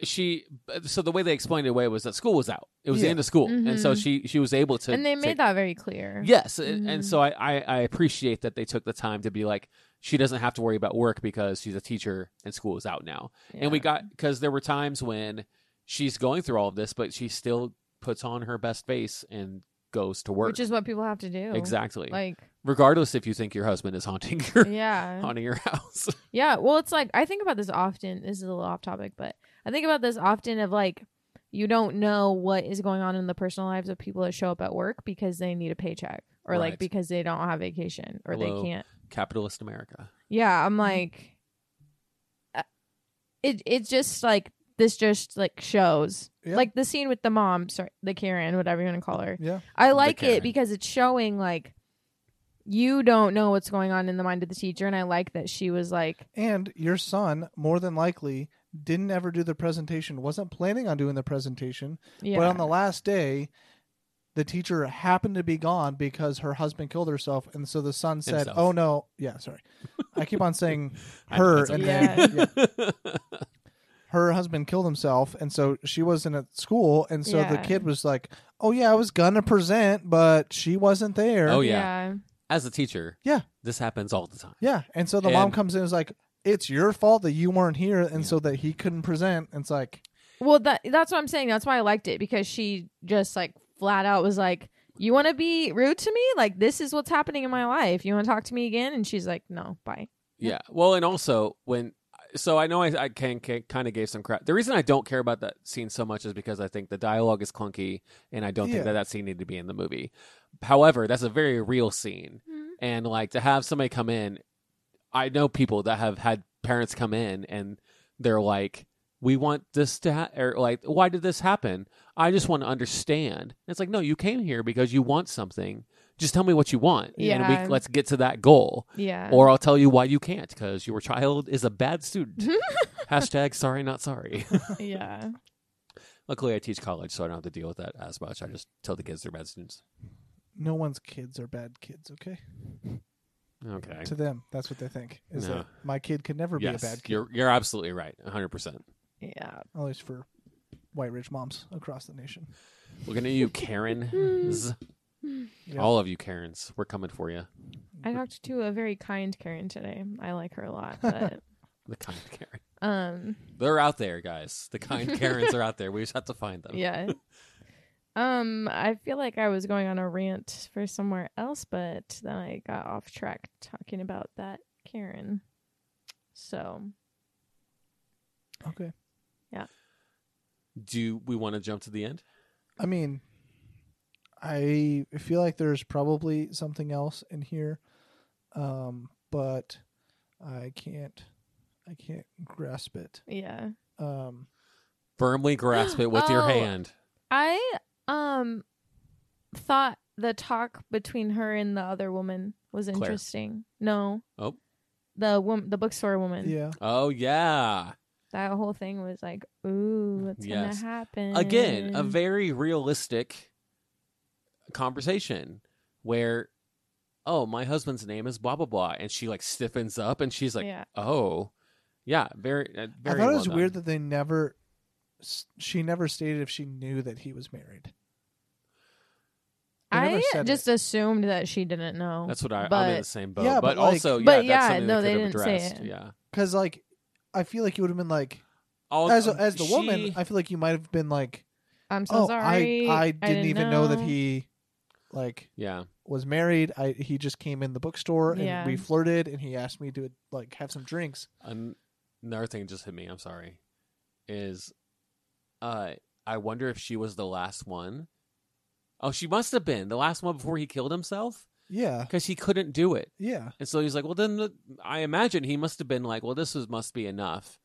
[SPEAKER 3] she so the way they explained it away was that school was out it was the
[SPEAKER 2] Yeah. Mm-hmm.
[SPEAKER 3] end of school and so
[SPEAKER 4] Mhm.
[SPEAKER 3] she she was able to
[SPEAKER 4] and they made
[SPEAKER 3] take-
[SPEAKER 4] that very clear.
[SPEAKER 3] yes and- and
[SPEAKER 4] Mhm.
[SPEAKER 3] so I, I i appreciate that they took the time to be like she doesn't have to worry about work because she's a teacher and school is out now. And we got because there were times when she's going through all of this, but she still puts on her best face and goes to work.
[SPEAKER 4] which is what people have to do.
[SPEAKER 3] exactly.
[SPEAKER 4] Like,
[SPEAKER 3] [LAUGHS] Regardless if you think your husband is haunting your
[SPEAKER 4] yeah.
[SPEAKER 3] haunting your house. [LAUGHS]
[SPEAKER 4] Yeah, well, it's like I think about this often. This is a little off topic, but I think about this often of like you don't know what is going on in the personal lives of people that show up at work because they need a paycheck or
[SPEAKER 3] Right.
[SPEAKER 4] like because they don't have vacation or
[SPEAKER 3] Hello.
[SPEAKER 4] they can't.
[SPEAKER 3] Capitalist America.
[SPEAKER 4] Yeah,
[SPEAKER 2] Mm-hmm.
[SPEAKER 4] I'm like uh, it it's just like this just like shows.
[SPEAKER 2] Yeah.
[SPEAKER 4] Like the scene with the mom, sorry, the Karen, whatever you want to call her.
[SPEAKER 2] Yeah.
[SPEAKER 4] I like
[SPEAKER 3] Karen.
[SPEAKER 4] it because it's showing like you don't know what's going on in the mind of the teacher and I like that she was like
[SPEAKER 2] And your son, more than likely, didn't ever do the presentation, wasn't planning on doing the presentation,
[SPEAKER 4] yeah.
[SPEAKER 2] But on the last day, the teacher happened to be gone because her husband killed herself, and so the son said,
[SPEAKER 3] Himself.
[SPEAKER 2] "Oh no, yeah, sorry." I keep on
[SPEAKER 3] [LAUGHS]
[SPEAKER 2] saying
[SPEAKER 3] I know,
[SPEAKER 2] her,
[SPEAKER 3] it's
[SPEAKER 2] and
[SPEAKER 4] okay.
[SPEAKER 2] then yeah.
[SPEAKER 3] [LAUGHS]
[SPEAKER 2] her husband killed himself, and so she wasn't at school, and so the
[SPEAKER 4] Yeah.
[SPEAKER 2] kid was like, "Oh yeah, I was gonna present, but she wasn't there."
[SPEAKER 3] Oh,
[SPEAKER 2] yeah.
[SPEAKER 3] yeah. As a teacher,
[SPEAKER 2] Yeah.
[SPEAKER 3] this happens all the time.
[SPEAKER 2] and so the mom
[SPEAKER 3] And-
[SPEAKER 2] comes in and is like, "It's your fault that you weren't here, and
[SPEAKER 3] Yeah.
[SPEAKER 2] so that he couldn't present." And it's like,
[SPEAKER 4] Well, that that's what I'm saying. That's why I liked it because she just like flat out was like, "You want to be rude to me? Like this is what's happening in my life. You want to talk to me again?" And she's like, "No, bye."
[SPEAKER 3] Yeah. Well, and also when so I know I, I can, can kind of gave some crap. The reason I don't care about that scene so much is because I think the dialogue is clunky, and I don't
[SPEAKER 2] Yeah.
[SPEAKER 3] think that that scene needed to be in the movie. However, that's a very real scene, and like to have somebody come in, I know people that have had parents come in and they're like, "We want this to ha-, or like, why did this happen? I just want to understand." And it's like, no, you came here because you want something. Just tell me what you want, and
[SPEAKER 4] Yeah.
[SPEAKER 3] we, let's get to that goal
[SPEAKER 4] Yeah.
[SPEAKER 3] or I'll tell you why you can't because your child is a bad student.
[SPEAKER 2] [LAUGHS]
[SPEAKER 3] Hashtag sorry, not sorry. [LAUGHS]
[SPEAKER 4] yeah.
[SPEAKER 3] Luckily, I teach college, so I don't have to deal with that as much. I just tell the kids they're bad students.
[SPEAKER 2] no one's kids are bad kids, okay?
[SPEAKER 3] Okay.
[SPEAKER 2] To them, that's what they think. Is
[SPEAKER 3] No.
[SPEAKER 2] that my kid could never
[SPEAKER 3] Yes,
[SPEAKER 2] be a bad kid?
[SPEAKER 3] you're you're absolutely right, 100. percent
[SPEAKER 4] Yeah.
[SPEAKER 2] at least for white rich moms across the nation.
[SPEAKER 3] We're gonna you Karens,
[SPEAKER 2] Yeah.
[SPEAKER 3] all of you Karens. We're coming for you,
[SPEAKER 4] I talked to a very kind Karen today. I like her a lot,
[SPEAKER 3] [LAUGHS]
[SPEAKER 4] but
[SPEAKER 3] the kind Karen.
[SPEAKER 4] um
[SPEAKER 3] They're out there, guys. The
[SPEAKER 2] [LAUGHS]
[SPEAKER 3] kind Karens are out there. We just have to find them.
[SPEAKER 4] yeah. Um I feel like I was going on a rant for somewhere else, but then I got off track talking about that Karen. So,
[SPEAKER 2] Okay.
[SPEAKER 3] Do we want to jump to the end?
[SPEAKER 2] I mean, I feel like there's probably something else in here, um, but I can't, I can't grasp it.
[SPEAKER 4] yeah.
[SPEAKER 2] Um,
[SPEAKER 3] Firmly grasp it with your
[SPEAKER 4] Oh.
[SPEAKER 3] hand.
[SPEAKER 4] I um thought the talk between her and the other woman was
[SPEAKER 3] Claire.
[SPEAKER 4] interesting. No.
[SPEAKER 3] Oh.
[SPEAKER 4] The woman, the bookstore woman.
[SPEAKER 2] yeah,
[SPEAKER 3] Oh yeah.
[SPEAKER 4] That whole thing was like, ooh, what's
[SPEAKER 3] Yes.
[SPEAKER 4] gonna happen
[SPEAKER 3] again a very realistic conversation where oh my husband's name is blah blah blah and she like stiffens up and she's like
[SPEAKER 4] Yeah.
[SPEAKER 3] oh yeah very, uh,
[SPEAKER 2] I
[SPEAKER 3] very
[SPEAKER 2] thought it
[SPEAKER 3] well
[SPEAKER 2] was
[SPEAKER 3] done.
[SPEAKER 2] weird that they never, s- she never stated if she knew that he was married. They never
[SPEAKER 4] I
[SPEAKER 2] said
[SPEAKER 4] just
[SPEAKER 2] it.
[SPEAKER 4] assumed that she didn't know.
[SPEAKER 3] that's what I, i'm in
[SPEAKER 4] but-
[SPEAKER 3] the same boat
[SPEAKER 2] Yeah,
[SPEAKER 3] but,
[SPEAKER 2] but, like-
[SPEAKER 3] also yeah
[SPEAKER 4] But
[SPEAKER 3] that's
[SPEAKER 4] yeah,
[SPEAKER 3] something
[SPEAKER 4] no,
[SPEAKER 3] they,
[SPEAKER 4] they
[SPEAKER 3] could have
[SPEAKER 4] didn't say
[SPEAKER 3] addressed
[SPEAKER 4] it.
[SPEAKER 3] yeah
[SPEAKER 2] because like, I feel like you would have been like,
[SPEAKER 3] All,
[SPEAKER 2] as as the woman,
[SPEAKER 3] Oh, um, she-
[SPEAKER 2] I feel like you might have been like,
[SPEAKER 4] I'm so
[SPEAKER 2] oh,
[SPEAKER 4] sorry.
[SPEAKER 2] I I didn't, even know that he, like,
[SPEAKER 3] yeah
[SPEAKER 2] was married. I he just came in the bookstore and
[SPEAKER 4] Yeah.
[SPEAKER 2] we flirted, and he asked me to like have some drinks.
[SPEAKER 3] An- another thing just hit me i'm sorry is uh i wonder if she was the last one oh she must have been the last one before he killed himself
[SPEAKER 2] Yeah,
[SPEAKER 3] because he couldn't do it
[SPEAKER 2] yeah,
[SPEAKER 3] And so he's like, well, then the- I imagine he must have been like, well, this is, must be enough.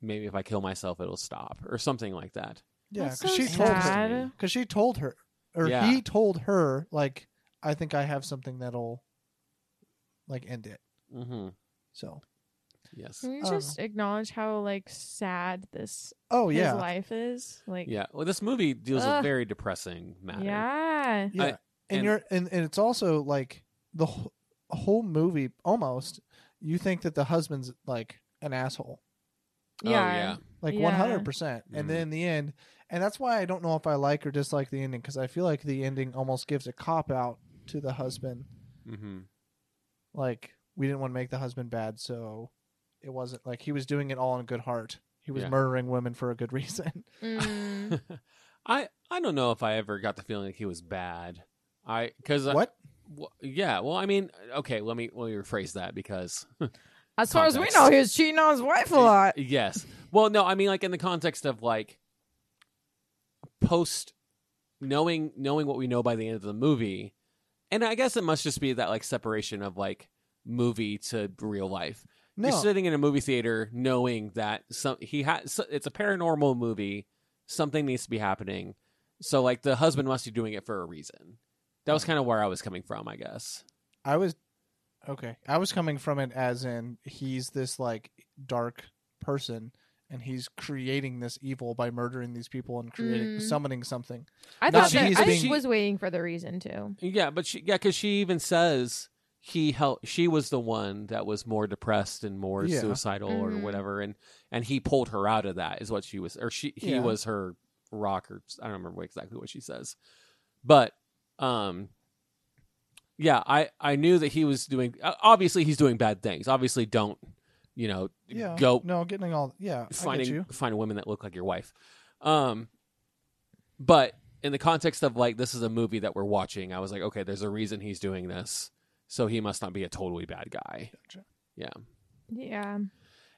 [SPEAKER 3] Maybe if I kill myself, it'll stop or something like that.
[SPEAKER 2] yeah.
[SPEAKER 4] That's so
[SPEAKER 2] she told her,
[SPEAKER 4] sad.
[SPEAKER 2] because she told her, or
[SPEAKER 3] Yeah.
[SPEAKER 2] he told her, like, I think I have something that'll like end it.
[SPEAKER 3] Mm-hmm.
[SPEAKER 2] So,
[SPEAKER 3] Yes.
[SPEAKER 4] Can you
[SPEAKER 2] I don't
[SPEAKER 4] just acknowledge how like sad this
[SPEAKER 2] oh
[SPEAKER 4] his
[SPEAKER 2] yeah,
[SPEAKER 4] life is? Like
[SPEAKER 3] Yeah. Well, this movie deals with
[SPEAKER 4] Ugh.
[SPEAKER 3] very depressing matter.
[SPEAKER 4] Yeah.
[SPEAKER 2] yeah,
[SPEAKER 3] I-
[SPEAKER 2] and,
[SPEAKER 3] and-
[SPEAKER 2] you're and, and it's also like the wh- whole movie almost. You think that the husband's like an asshole.
[SPEAKER 3] Oh, yeah.
[SPEAKER 2] like
[SPEAKER 4] Yeah.
[SPEAKER 2] one hundred percent.
[SPEAKER 3] Mhm.
[SPEAKER 2] And then in the end, and that's why I don't know if I like or dislike the ending because I feel like the ending almost gives a cop out to the husband.
[SPEAKER 3] Mm-hmm. [LAUGHS]
[SPEAKER 2] Like we didn't want to make the husband bad, so it wasn't like he was doing it all in good heart. He was
[SPEAKER 3] Yeah.
[SPEAKER 2] murdering women for a good [LAUGHS] reason.
[SPEAKER 3] [LAUGHS]
[SPEAKER 4] Mm.
[SPEAKER 3] I I don't know if I ever got the feeling like he was bad. I because
[SPEAKER 2] what?
[SPEAKER 3] yeah. Well, I mean, okay. Let me let me rephrase that because
[SPEAKER 4] As far as we
[SPEAKER 3] Context.
[SPEAKER 4] know, he was cheating on his wife a lot.
[SPEAKER 3] yes. Well, no. I mean, like in the context of like post knowing knowing what we know by the end of the movie, and I guess it must just be that like separation of like movie to real life.
[SPEAKER 2] No,
[SPEAKER 3] You're sitting in a movie theater knowing that some he has it's a paranormal movie, something needs to be happening. So like the husband must be doing it for a reason. That was kind of where I was coming from, I guess.
[SPEAKER 2] I was okay. I was coming from it as in he's this like dark person, and he's creating this evil by murdering these people and creating
[SPEAKER 4] Mm.
[SPEAKER 2] summoning something.
[SPEAKER 4] I
[SPEAKER 3] No,
[SPEAKER 4] thought
[SPEAKER 3] she
[SPEAKER 4] that
[SPEAKER 3] is
[SPEAKER 4] I
[SPEAKER 3] being-
[SPEAKER 4] was waiting for the reason too.
[SPEAKER 3] Yeah, but she yeah, cuz she even says he helped she was the one that was more depressed and more
[SPEAKER 2] Yeah.
[SPEAKER 3] suicidal or
[SPEAKER 4] Mhm.
[SPEAKER 3] whatever and and he pulled her out of that is what she was or she he
[SPEAKER 2] Yeah.
[SPEAKER 3] was her rock or I don't remember what- exactly what she says. But um yeah, I I knew that he was doing uh, obviously he's doing bad things. Obviously don't, you know,
[SPEAKER 2] Yeah,
[SPEAKER 3] go
[SPEAKER 2] No, getting all yeah. I get
[SPEAKER 3] [LAUGHS] finding
[SPEAKER 2] you.
[SPEAKER 3] finding women that look like your wife. Um, but in the context of like this is a movie that we're watching, I was like, okay, there's a reason he's doing this, so he must not be a totally bad guy.
[SPEAKER 2] Gotcha.
[SPEAKER 3] Yeah,
[SPEAKER 4] Yeah.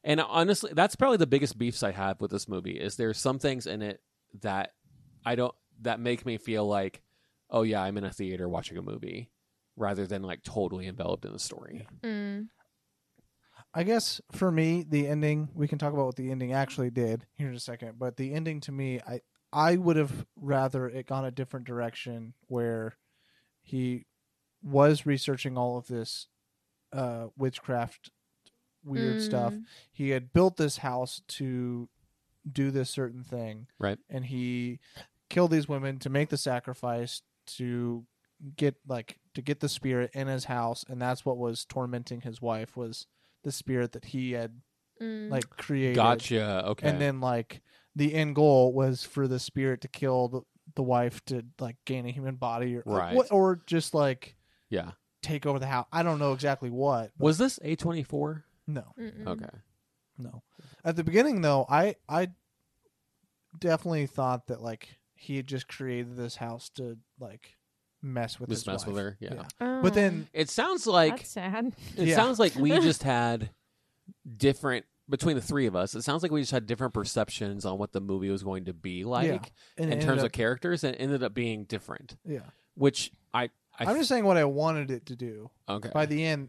[SPEAKER 3] and honestly, that's probably the biggest beefs I have with this movie is there's some things in it that I don't that make me feel like, oh yeah, I'm in a theater watching a movie, rather than like totally enveloped in the story.
[SPEAKER 4] Mm.
[SPEAKER 2] I guess for me, the ending we can talk about what the ending actually did here in a second, but the ending to me, I I would have rather it gone a different direction where he was researching all of this uh, witchcraft weird stuff.
[SPEAKER 4] Mm.
[SPEAKER 2] He had built this house to do this certain thing,
[SPEAKER 3] Right.
[SPEAKER 2] And he killed these women to make the sacrifice to get like to get the spirit in his house, and that's what was tormenting his wife was the spirit that he had
[SPEAKER 4] Mm.
[SPEAKER 2] like created.
[SPEAKER 3] Gotcha. Okay.
[SPEAKER 2] And then like the end goal was for the spirit to kill the, the wife to like gain a human body or
[SPEAKER 3] Right.
[SPEAKER 2] what- or just like
[SPEAKER 3] yeah.
[SPEAKER 2] take over the house. I don't know exactly what. but
[SPEAKER 3] Was this a twenty four?
[SPEAKER 2] no,
[SPEAKER 4] Mm-mm.
[SPEAKER 3] Okay.
[SPEAKER 2] no. At the beginning though, I I definitely thought that like he had just created this house to like mess with
[SPEAKER 3] Just
[SPEAKER 2] his
[SPEAKER 3] mess with
[SPEAKER 2] wife.
[SPEAKER 3] her, yeah.
[SPEAKER 4] Oh,
[SPEAKER 2] But then
[SPEAKER 3] It sounds like
[SPEAKER 4] that's sad.
[SPEAKER 3] [LAUGHS] It
[SPEAKER 2] Yeah. [LAUGHS]
[SPEAKER 3] sounds like we just had different between the three of us. It sounds like we just had different perceptions on what the movie was going to be like
[SPEAKER 2] and it
[SPEAKER 3] in
[SPEAKER 2] ended
[SPEAKER 3] terms
[SPEAKER 2] up,
[SPEAKER 3] of characters, and it ended up being different.
[SPEAKER 2] yeah.
[SPEAKER 3] Which I, I
[SPEAKER 2] I'm just saying what I wanted it to do.
[SPEAKER 3] okay.
[SPEAKER 2] by the end,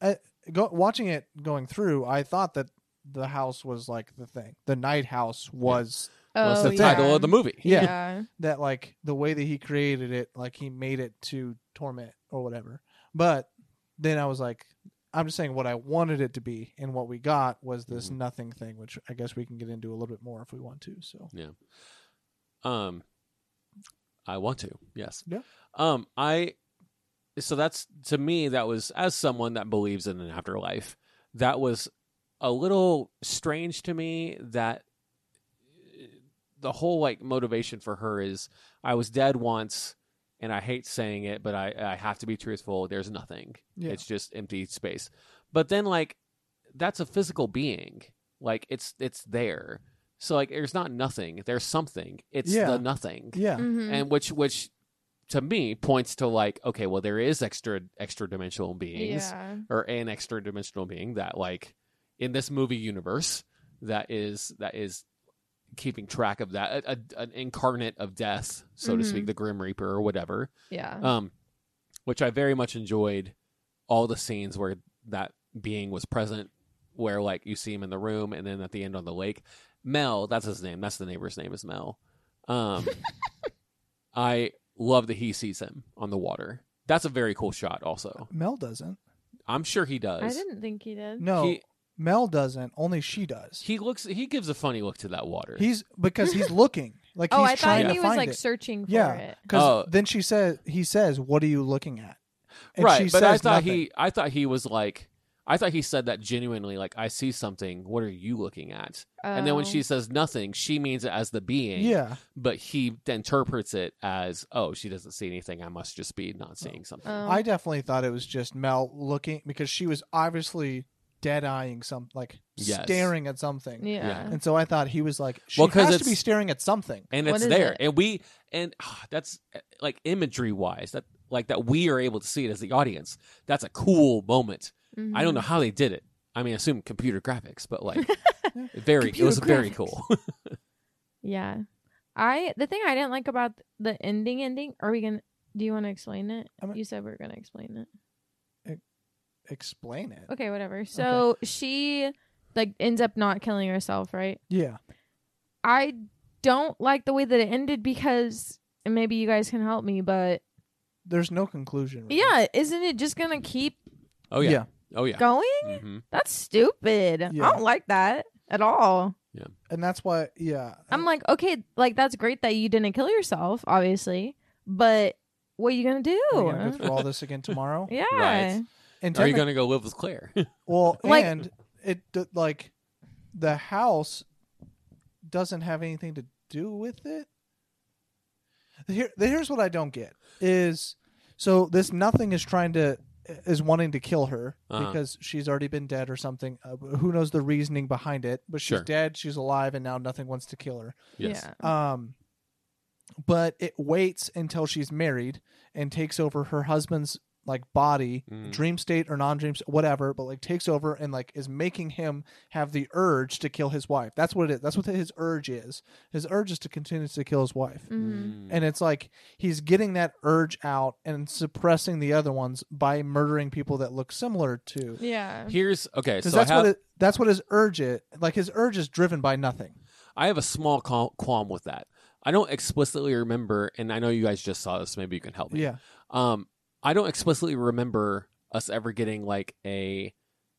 [SPEAKER 2] I, go, watching it going through, I thought that the house was like the thing. The night house was
[SPEAKER 3] was
[SPEAKER 4] oh,
[SPEAKER 3] the title
[SPEAKER 4] yeah.
[SPEAKER 3] of the movie.
[SPEAKER 2] Yeah.
[SPEAKER 4] Yeah.
[SPEAKER 2] that like the way that he created it, like he made it to torment or whatever. But then I was like, I'm just saying what I wanted it to be, and what we got was this
[SPEAKER 3] Mhm.
[SPEAKER 2] nothing thing, which I guess we can get into a little bit more if we want to. So
[SPEAKER 3] Mm-hmm. Um, I want to. Yes.
[SPEAKER 2] Yeah.
[SPEAKER 3] Um, I. So that's to me that was as someone that believes in an afterlife, that was a little strange to me that uh, the whole like motivation for her is I was dead once and I hate saying it but I I have to be truthful there's nothing
[SPEAKER 2] yeah,
[SPEAKER 3] it's just empty space but then like that's a physical being like it's it's there so like there's not nothing there's something it's
[SPEAKER 2] Yeah.
[SPEAKER 3] the nothing
[SPEAKER 2] yeah,
[SPEAKER 4] Mhm.
[SPEAKER 3] and which which to me points to like okay well there is extra extra dimensional beings
[SPEAKER 4] yeah.
[SPEAKER 3] or an extra dimensional being that like in this movie universe that is that is keeping track of that a, a- an incarnate of death so to
[SPEAKER 4] Mhm.
[SPEAKER 3] speak the grim reaper or whatever
[SPEAKER 4] Yeah.
[SPEAKER 3] um, which I very much enjoyed all the scenes where that being was present, where like you see him in the room and then at the end on the lake. Mel, that's his name. That's the neighbor's name is Mel.
[SPEAKER 4] [LAUGHS]
[SPEAKER 3] Um, I love that he sees him on the water. That's a very cool shot. Also,
[SPEAKER 2] Mel doesn't.
[SPEAKER 4] Mm-hmm.
[SPEAKER 3] I'm sure he does.
[SPEAKER 4] I didn't think he did.
[SPEAKER 2] No,
[SPEAKER 3] He
[SPEAKER 2] Mel doesn't. Only she does.
[SPEAKER 3] he looks. He gives a funny look to that water.
[SPEAKER 2] He's because
[SPEAKER 3] [LAUGHS]
[SPEAKER 2] he's looking like
[SPEAKER 4] oh,
[SPEAKER 2] he's
[SPEAKER 4] I
[SPEAKER 2] trying
[SPEAKER 4] thought he
[SPEAKER 2] to
[SPEAKER 4] was
[SPEAKER 2] find
[SPEAKER 4] like
[SPEAKER 2] it.
[SPEAKER 4] searching for
[SPEAKER 2] Yeah.
[SPEAKER 4] it.
[SPEAKER 2] Because
[SPEAKER 3] Oh.
[SPEAKER 2] then she says, he says, "What are you looking at?"
[SPEAKER 3] right, but I
[SPEAKER 2] says
[SPEAKER 3] thought
[SPEAKER 2] nothing.
[SPEAKER 3] he. I thought he was like. I thought he said that genuinely, like, I see something. What are you looking at? And then when
[SPEAKER 4] Oh.
[SPEAKER 3] she says nothing, she means it as the being.
[SPEAKER 2] Yeah.
[SPEAKER 3] But he interprets it as, oh, she doesn't see anything. I must just be not seeing something.
[SPEAKER 4] Um,
[SPEAKER 2] I definitely thought it was just Mel looking because she was obviously dead eyeing some like
[SPEAKER 3] Yes.
[SPEAKER 2] staring at something.
[SPEAKER 4] yeah.
[SPEAKER 2] And so I thought he was like she
[SPEAKER 3] Well, 'cause
[SPEAKER 2] has to be
[SPEAKER 3] it's-
[SPEAKER 2] staring at something.
[SPEAKER 3] and
[SPEAKER 4] What
[SPEAKER 3] it's
[SPEAKER 4] is
[SPEAKER 3] there
[SPEAKER 4] it?
[SPEAKER 3] and we and ah, that's eh, like imagery wise that like that we are able to see it as the audience that's a cool moment
[SPEAKER 4] Mm-hmm.
[SPEAKER 3] i
[SPEAKER 4] Mm.
[SPEAKER 3] don't know how they did it i mean I assume computer graphics
[SPEAKER 4] [LAUGHS]
[SPEAKER 3] but like very it was
[SPEAKER 4] Computer
[SPEAKER 3] very
[SPEAKER 4] graphics.
[SPEAKER 3] cool [LAUGHS]
[SPEAKER 4] Yeah. I the thing I didn't like about the ending ending, are we gonna do you wanna explain it?
[SPEAKER 2] I'm-
[SPEAKER 4] you said we are gonna explain it.
[SPEAKER 2] Explain it.
[SPEAKER 4] Okay, whatever. So she like ends up not killing herself, right?
[SPEAKER 2] Yeah.
[SPEAKER 4] I don't like the way that it ended because and maybe you guys can help me, but
[SPEAKER 2] There's no conclusion. really.
[SPEAKER 4] yeah, isn't it just gonna keep
[SPEAKER 3] oh yeah,
[SPEAKER 2] Yeah.
[SPEAKER 3] oh yeah
[SPEAKER 4] going?
[SPEAKER 3] hmm
[SPEAKER 4] That's stupid.
[SPEAKER 2] Yeah.
[SPEAKER 4] I don't like that at all.
[SPEAKER 2] And that's why yeah.
[SPEAKER 4] I'm like, okay, like that's great that you didn't kill yourself, obviously, but what are you gonna do?
[SPEAKER 2] Are we gonna go through all this again tomorrow.
[SPEAKER 4] [LAUGHS] yeah.
[SPEAKER 3] Right.
[SPEAKER 2] And
[SPEAKER 3] are you
[SPEAKER 2] technic-
[SPEAKER 3] gonna go live with claire [LAUGHS]
[SPEAKER 2] Well,
[SPEAKER 4] Like-
[SPEAKER 2] and it d- like the house doesn't have anything to do with it. Here, here's what I don't get is so this nothing is trying to is wanting to kill her
[SPEAKER 3] Uh-huh.
[SPEAKER 2] because she's already been dead or something. Uh, who knows the reasoning behind it? But she's
[SPEAKER 3] Sure.
[SPEAKER 2] dead, she's alive, and now nothing wants to kill her.
[SPEAKER 3] yes
[SPEAKER 4] Yeah.
[SPEAKER 2] Um, but it waits until she's married and takes over her husband's like body,
[SPEAKER 3] Mm.
[SPEAKER 2] dream state or non dream, whatever. But like takes over and like is making him have the urge to kill his wife. That's what it is. That's what his urge is. His urge is to continue to kill his wife.
[SPEAKER 4] Mm-hmm.
[SPEAKER 3] Mm.
[SPEAKER 2] And it's like he's getting that urge out and suppressing the other ones by murdering people that look similar to.
[SPEAKER 4] Yeah.
[SPEAKER 3] here's okay so
[SPEAKER 2] Because
[SPEAKER 3] I
[SPEAKER 2] that's
[SPEAKER 3] have,
[SPEAKER 2] what it, that's what his urge is. Like his urge is driven by nothing.
[SPEAKER 3] I have a small qual- qualm with that i don't explicitly remember and i know you guys just saw this maybe you can help me
[SPEAKER 2] Yeah.
[SPEAKER 3] Um, I don't explicitly remember us ever getting like a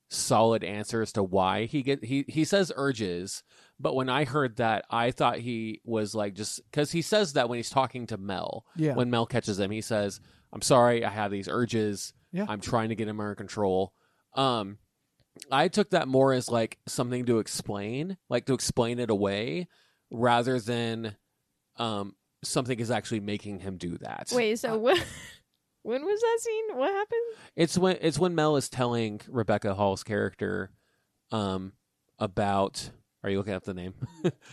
[SPEAKER 3] solid answer as to why he get he he says urges, but when I heard that, I thought he was like just because he says that when he's talking to Mel,
[SPEAKER 2] Yeah.
[SPEAKER 3] when Mel catches him, he says, "I'm sorry, I have these urges.
[SPEAKER 2] Yeah.
[SPEAKER 3] I'm trying to get him under control." Um, I took that more as like something to explain, like to explain it away, rather than um something is actually making him do that.
[SPEAKER 4] Wait, so what? [LAUGHS] when was that scene? What happened?
[SPEAKER 3] It's when it's when Mel is telling Rebecca Hall's character um about are you looking up the name?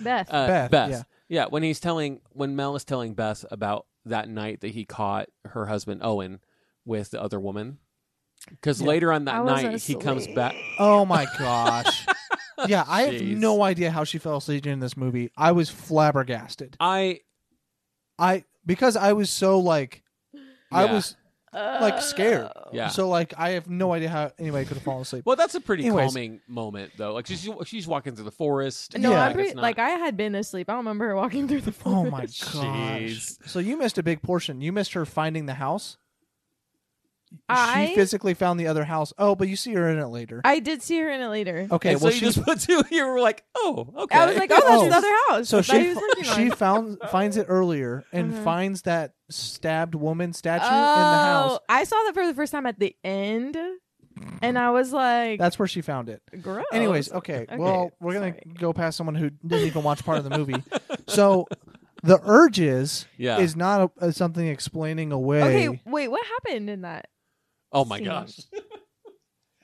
[SPEAKER 4] Beth.
[SPEAKER 3] Uh,
[SPEAKER 2] Beth,
[SPEAKER 3] Yeah. when he's telling when Mel is telling Beth about that night that he caught her husband Owen with the other woman. Cuz
[SPEAKER 2] Yeah.
[SPEAKER 3] later on
[SPEAKER 4] I
[SPEAKER 3] that
[SPEAKER 4] was
[SPEAKER 3] night he comes
[SPEAKER 4] asleep.
[SPEAKER 3] back
[SPEAKER 2] Oh my
[SPEAKER 3] [LAUGHS]
[SPEAKER 2] gosh. yeah, I have
[SPEAKER 3] Jeez.
[SPEAKER 2] no idea how she fell asleep during this movie. I was flabbergasted.
[SPEAKER 3] I
[SPEAKER 2] I because I was so like I
[SPEAKER 3] Yeah.
[SPEAKER 2] was like scared.
[SPEAKER 4] Oh.
[SPEAKER 3] Yeah.
[SPEAKER 2] So like I have no idea how anybody could have fallen asleep.
[SPEAKER 3] well that's a pretty
[SPEAKER 2] Anyways.
[SPEAKER 3] calming moment though. Like she's she's walking through the forest.
[SPEAKER 4] No,
[SPEAKER 2] Yeah.
[SPEAKER 4] I'm
[SPEAKER 3] It's
[SPEAKER 4] pretty,
[SPEAKER 3] not-
[SPEAKER 4] like I had been asleep. I don't remember her walking [LAUGHS] through the
[SPEAKER 2] [LAUGHS] Oh
[SPEAKER 4] forest.
[SPEAKER 3] [LAUGHS]
[SPEAKER 2] my gosh.
[SPEAKER 3] Jeez.
[SPEAKER 2] So you missed a big portion. You missed her finding the house.
[SPEAKER 4] I-
[SPEAKER 2] She physically found the other house. Oh, but you see her in it later.
[SPEAKER 4] I did see her in it later.
[SPEAKER 2] okay,
[SPEAKER 3] and
[SPEAKER 2] well
[SPEAKER 3] so you
[SPEAKER 2] she
[SPEAKER 3] just put two you were like, "Oh, okay."
[SPEAKER 4] I was like, oh, that's
[SPEAKER 2] Oh.
[SPEAKER 4] the other house.
[SPEAKER 2] so
[SPEAKER 4] that
[SPEAKER 2] she
[SPEAKER 4] he was
[SPEAKER 2] fo-
[SPEAKER 4] working [LAUGHS]
[SPEAKER 2] she
[SPEAKER 4] on.
[SPEAKER 2] found finds it earlier and
[SPEAKER 4] Uh-huh.
[SPEAKER 2] finds that stabbed woman statue in the
[SPEAKER 4] oh,
[SPEAKER 2] house.
[SPEAKER 4] I saw that for the first time at the end, and I was like,
[SPEAKER 2] That's where she found it.
[SPEAKER 4] gross.
[SPEAKER 2] Anyways, okay.
[SPEAKER 4] Oh, Okay,
[SPEAKER 2] Well, we're gonna
[SPEAKER 4] sorry.
[SPEAKER 2] go past someone who didn't even watch part of the
[SPEAKER 3] [LAUGHS]
[SPEAKER 2] movie. So, the urges
[SPEAKER 3] Yeah.
[SPEAKER 2] is not a, a something explaining away.
[SPEAKER 4] Okay, wait, what happened in that?
[SPEAKER 3] oh my
[SPEAKER 4] scene.
[SPEAKER 3] gosh.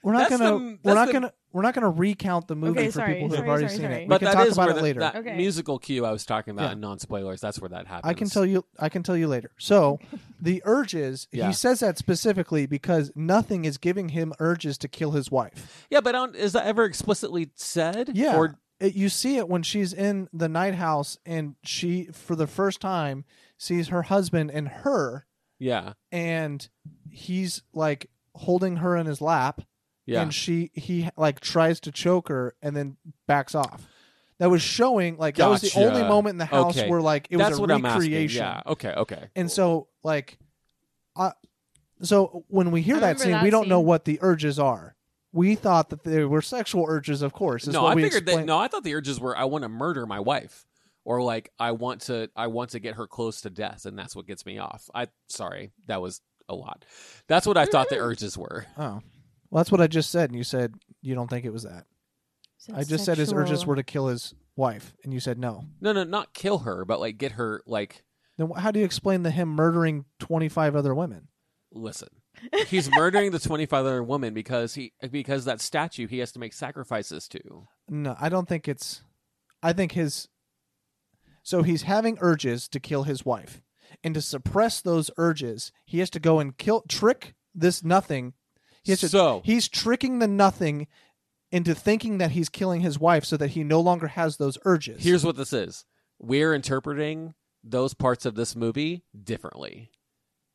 [SPEAKER 2] we're not
[SPEAKER 3] that's
[SPEAKER 2] gonna
[SPEAKER 3] the-
[SPEAKER 2] we're
[SPEAKER 3] that's
[SPEAKER 2] not
[SPEAKER 3] the-
[SPEAKER 2] gonna we're not gonna recount the movie
[SPEAKER 4] Okay,
[SPEAKER 2] for
[SPEAKER 4] sorry,
[SPEAKER 2] people who have
[SPEAKER 4] sorry,
[SPEAKER 2] already
[SPEAKER 4] sorry,
[SPEAKER 2] seen
[SPEAKER 4] sorry.
[SPEAKER 2] it.
[SPEAKER 3] but
[SPEAKER 2] we can
[SPEAKER 3] that
[SPEAKER 2] talk
[SPEAKER 3] is
[SPEAKER 2] about
[SPEAKER 3] where
[SPEAKER 2] it
[SPEAKER 3] the-
[SPEAKER 2] later.
[SPEAKER 3] That
[SPEAKER 4] Okay.
[SPEAKER 3] musical cue I was talking about
[SPEAKER 2] Yeah.
[SPEAKER 3] in non spoilers. That's where that happens.
[SPEAKER 2] I can tell you. I can tell you later.
[SPEAKER 4] [LAUGHS]
[SPEAKER 2] So, the urges.
[SPEAKER 3] Yeah.
[SPEAKER 2] He says that specifically because nothing is giving him urges to kill his wife.
[SPEAKER 3] Yeah, but I don't, is that ever explicitly said?
[SPEAKER 2] Yeah.
[SPEAKER 3] Or
[SPEAKER 2] It, you see it when she's in the night house and she, for the first time, sees her husband and her.
[SPEAKER 3] yeah,
[SPEAKER 2] and he's like holding her in his lap
[SPEAKER 3] yeah.
[SPEAKER 2] and she he like tries to choke her and then backs off that was showing like that was the
[SPEAKER 3] Gotcha.
[SPEAKER 2] only moment in the house
[SPEAKER 3] Okay.
[SPEAKER 2] where like it was
[SPEAKER 3] That's
[SPEAKER 2] a
[SPEAKER 3] what
[SPEAKER 2] recreation
[SPEAKER 3] I'm asking. Yeah. Okay. Okay.
[SPEAKER 2] and so like uh, so when we hear
[SPEAKER 4] I
[SPEAKER 2] that
[SPEAKER 4] remember
[SPEAKER 2] scene
[SPEAKER 4] that
[SPEAKER 2] we don't know
[SPEAKER 4] scene.
[SPEAKER 2] what the urges are we thought that they were sexual urges of course is
[SPEAKER 3] No,
[SPEAKER 2] what
[SPEAKER 3] I
[SPEAKER 2] we
[SPEAKER 3] figured that.
[SPEAKER 2] explained.
[SPEAKER 3] No, I thought the urges were I want to murder my wife, or like I want to I want to get her close to death, and that's
[SPEAKER 2] [LAUGHS]
[SPEAKER 3] what gets me off. I sorry, that was a lot. That's what I thought the urges were.
[SPEAKER 2] oh Well, that's what I just said, and you said you don't think it was that. I just said his urges were to kill his wife, and you said no.
[SPEAKER 3] No, no, not kill her, but like get her. Like,
[SPEAKER 2] Then wh- how do you explain the him murdering twenty five other women? [LAUGHS]
[SPEAKER 3] listen, he's murdering the twenty five other woman because he because that statue he has to make sacrifices to.
[SPEAKER 2] No, I don't think it's. I think his. So he's having urges to kill his wife, and to suppress those urges, he has to go and kill trick this nothing. He has to,
[SPEAKER 3] So-
[SPEAKER 2] he's tricking the nothing into thinking that he's killing his wife, so that he no longer has those urges.
[SPEAKER 3] Here's what this is: we're interpreting those parts of this movie differently.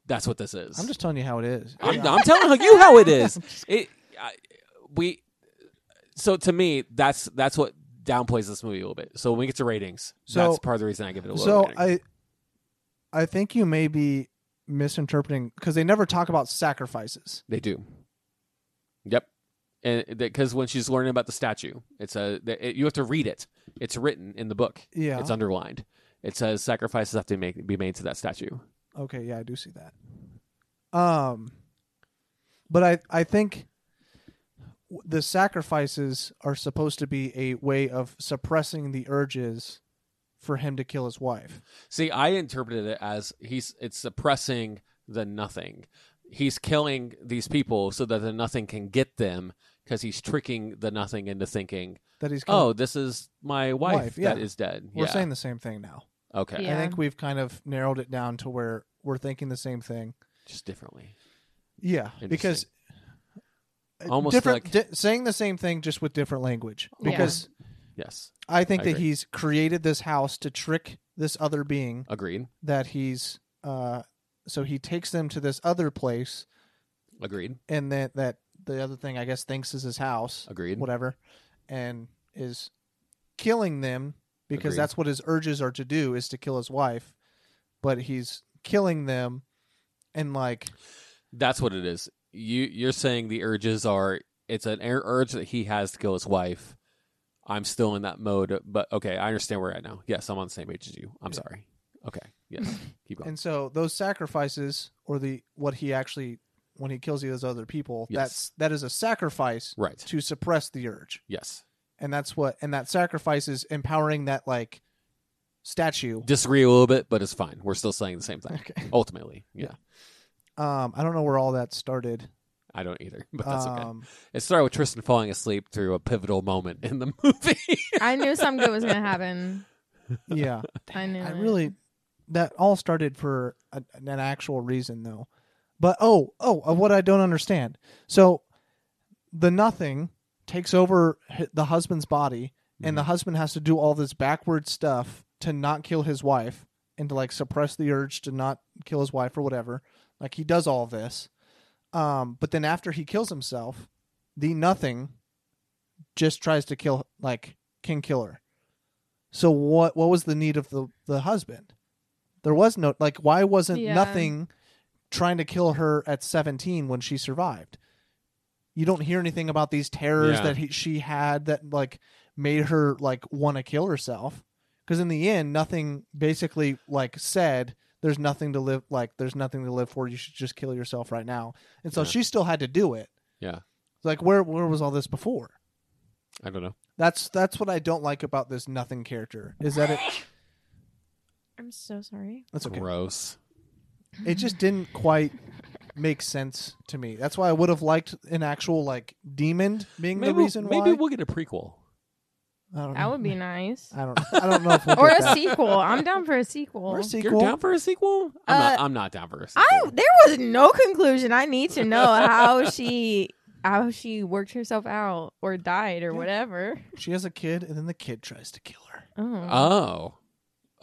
[SPEAKER 3] That's what this is.
[SPEAKER 2] I'm just telling you how it is.
[SPEAKER 3] I'm, I'm telling you how
[SPEAKER 2] [LAUGHS]
[SPEAKER 3] it is. It I, we so to me that's that's what downplays this movie a little bit. So when we get to ratings,
[SPEAKER 2] So-
[SPEAKER 3] that's part of the reason I give it a low
[SPEAKER 2] so
[SPEAKER 3] rating.
[SPEAKER 2] I, I think you may be misinterpreting because they never talk about sacrifices.
[SPEAKER 3] They do. Yep. And because when she's learning about the statue, it's a that- it, you have to read it. It's written in the book.
[SPEAKER 2] Yeah.
[SPEAKER 3] It's underlined. It says sacrifices have to make, be made to that statue.
[SPEAKER 2] Okay, yeah, I do see that. Um, but I I think w- the sacrifices are supposed to be a way of suppressing the urges for him to kill his wife.
[SPEAKER 3] See, I interpreted it as he's it's suppressing the nothing. He's killing these people so that the nothing can get them because he's tricking the nothing into thinking,
[SPEAKER 2] That he's killing.
[SPEAKER 3] "Oh, this is my wife,
[SPEAKER 2] Wife,
[SPEAKER 3] that
[SPEAKER 2] yeah.
[SPEAKER 3] is dead."
[SPEAKER 2] we're
[SPEAKER 3] yeah.
[SPEAKER 2] saying the same thing now.
[SPEAKER 3] okay,
[SPEAKER 4] Yeah.
[SPEAKER 2] I think we've kind of narrowed it down to where we're thinking the same thing.
[SPEAKER 3] just differently.
[SPEAKER 2] Yeah, because uh,
[SPEAKER 3] Almost
[SPEAKER 2] different
[SPEAKER 3] like-
[SPEAKER 2] di- saying the same thing just with different language.
[SPEAKER 4] Yeah.
[SPEAKER 2] Because
[SPEAKER 3] Yes,
[SPEAKER 2] I think
[SPEAKER 3] I
[SPEAKER 2] that
[SPEAKER 3] agree. Oh,
[SPEAKER 2] he's created this house to trick this other being
[SPEAKER 3] agreed,
[SPEAKER 2] that he's uh so he takes them to this other place
[SPEAKER 3] agreed,
[SPEAKER 2] and that that the other thing I guess thinks is his house,
[SPEAKER 3] agreed.
[SPEAKER 2] whatever, and is killing them because
[SPEAKER 3] Agreed.
[SPEAKER 2] that's what his urges are to do is to kill his wife, but he's killing them and like
[SPEAKER 3] That's what it is. You you're saying the urges are it's an ur- urge that he has to kill his wife. I'm still in that mode, but okay, I understand where we're at now. Yes, I'm on the same page as you. I'm sorry. Okay,
[SPEAKER 2] [LAUGHS]
[SPEAKER 3] yes, keep going.
[SPEAKER 2] and so those sacrifices or the what he actually when he kills these other people,
[SPEAKER 3] Yes.
[SPEAKER 2] that's that is a sacrifice
[SPEAKER 3] Right.
[SPEAKER 2] to suppress the urge.
[SPEAKER 3] Yes.
[SPEAKER 2] and that's what and that sacrifice is empowering that like statue
[SPEAKER 3] Disagree a little bit, but it's fine. We're still saying the
[SPEAKER 2] [LAUGHS]
[SPEAKER 3] same thing.
[SPEAKER 2] okay
[SPEAKER 3] Ultimately, yeah.
[SPEAKER 2] um i don't know where all that started
[SPEAKER 3] I don't either, but that's okay. [LAUGHS]
[SPEAKER 2] um
[SPEAKER 3] It started with Tristan falling asleep through a pivotal moment in the [LAUGHS] movie.
[SPEAKER 4] I knew something good was
[SPEAKER 2] [LAUGHS]
[SPEAKER 4] gonna happen.
[SPEAKER 2] yeah
[SPEAKER 4] I knew.
[SPEAKER 2] i
[SPEAKER 4] it.
[SPEAKER 2] really that all started for a, an actual reason though but oh oh uh, what i don't understand so the nothing takes over h- the husband's body and
[SPEAKER 3] Mm-hmm.
[SPEAKER 2] the husband has to do all this backward stuff to not kill his wife and to like suppress the urge to not kill his wife or whatever like he does all this um but then after he kills himself the nothing just tries to kill like can kill her so what what was the need of the the husband there was no like why wasn't
[SPEAKER 4] Yeah.
[SPEAKER 2] nothing trying to kill her at 17 when she survived you don't hear anything about these terrors
[SPEAKER 3] Yeah.
[SPEAKER 2] that he, she had that like made her like want to kill herself because in the end nothing basically like said there's nothing to live like there's nothing to live for you should just kill yourself right now and so
[SPEAKER 3] Yeah.
[SPEAKER 2] she still had to do it
[SPEAKER 3] Yeah.
[SPEAKER 2] like where where was all this before
[SPEAKER 3] I don't know.
[SPEAKER 2] that's that's what i don't like about this nothing character is that it
[SPEAKER 1] I'm so sorry.
[SPEAKER 2] that's okay
[SPEAKER 3] Gross.
[SPEAKER 2] it just didn't quite make sense to me that's why i would have liked an actual like demon being
[SPEAKER 3] Maybe,
[SPEAKER 2] the reason
[SPEAKER 3] maybe
[SPEAKER 2] why
[SPEAKER 3] we'll get a prequel.
[SPEAKER 2] I don't
[SPEAKER 4] That
[SPEAKER 2] know.
[SPEAKER 4] would be nice.
[SPEAKER 2] i don't i don't know if we'll
[SPEAKER 4] [LAUGHS] Or
[SPEAKER 2] get
[SPEAKER 4] a
[SPEAKER 2] that.
[SPEAKER 4] sequel. I'm down
[SPEAKER 2] [LAUGHS]
[SPEAKER 4] for a sequel.
[SPEAKER 2] or a
[SPEAKER 3] You're
[SPEAKER 2] sequel
[SPEAKER 3] down for a sequel? I'm, not,
[SPEAKER 4] Uh,
[SPEAKER 3] I'm not down for a sequel.
[SPEAKER 4] I there was no conclusion. I need to know how she how she worked herself out or died or whatever.
[SPEAKER 2] she has a kid and then the kid tries to kill her
[SPEAKER 4] Oh.
[SPEAKER 3] oh.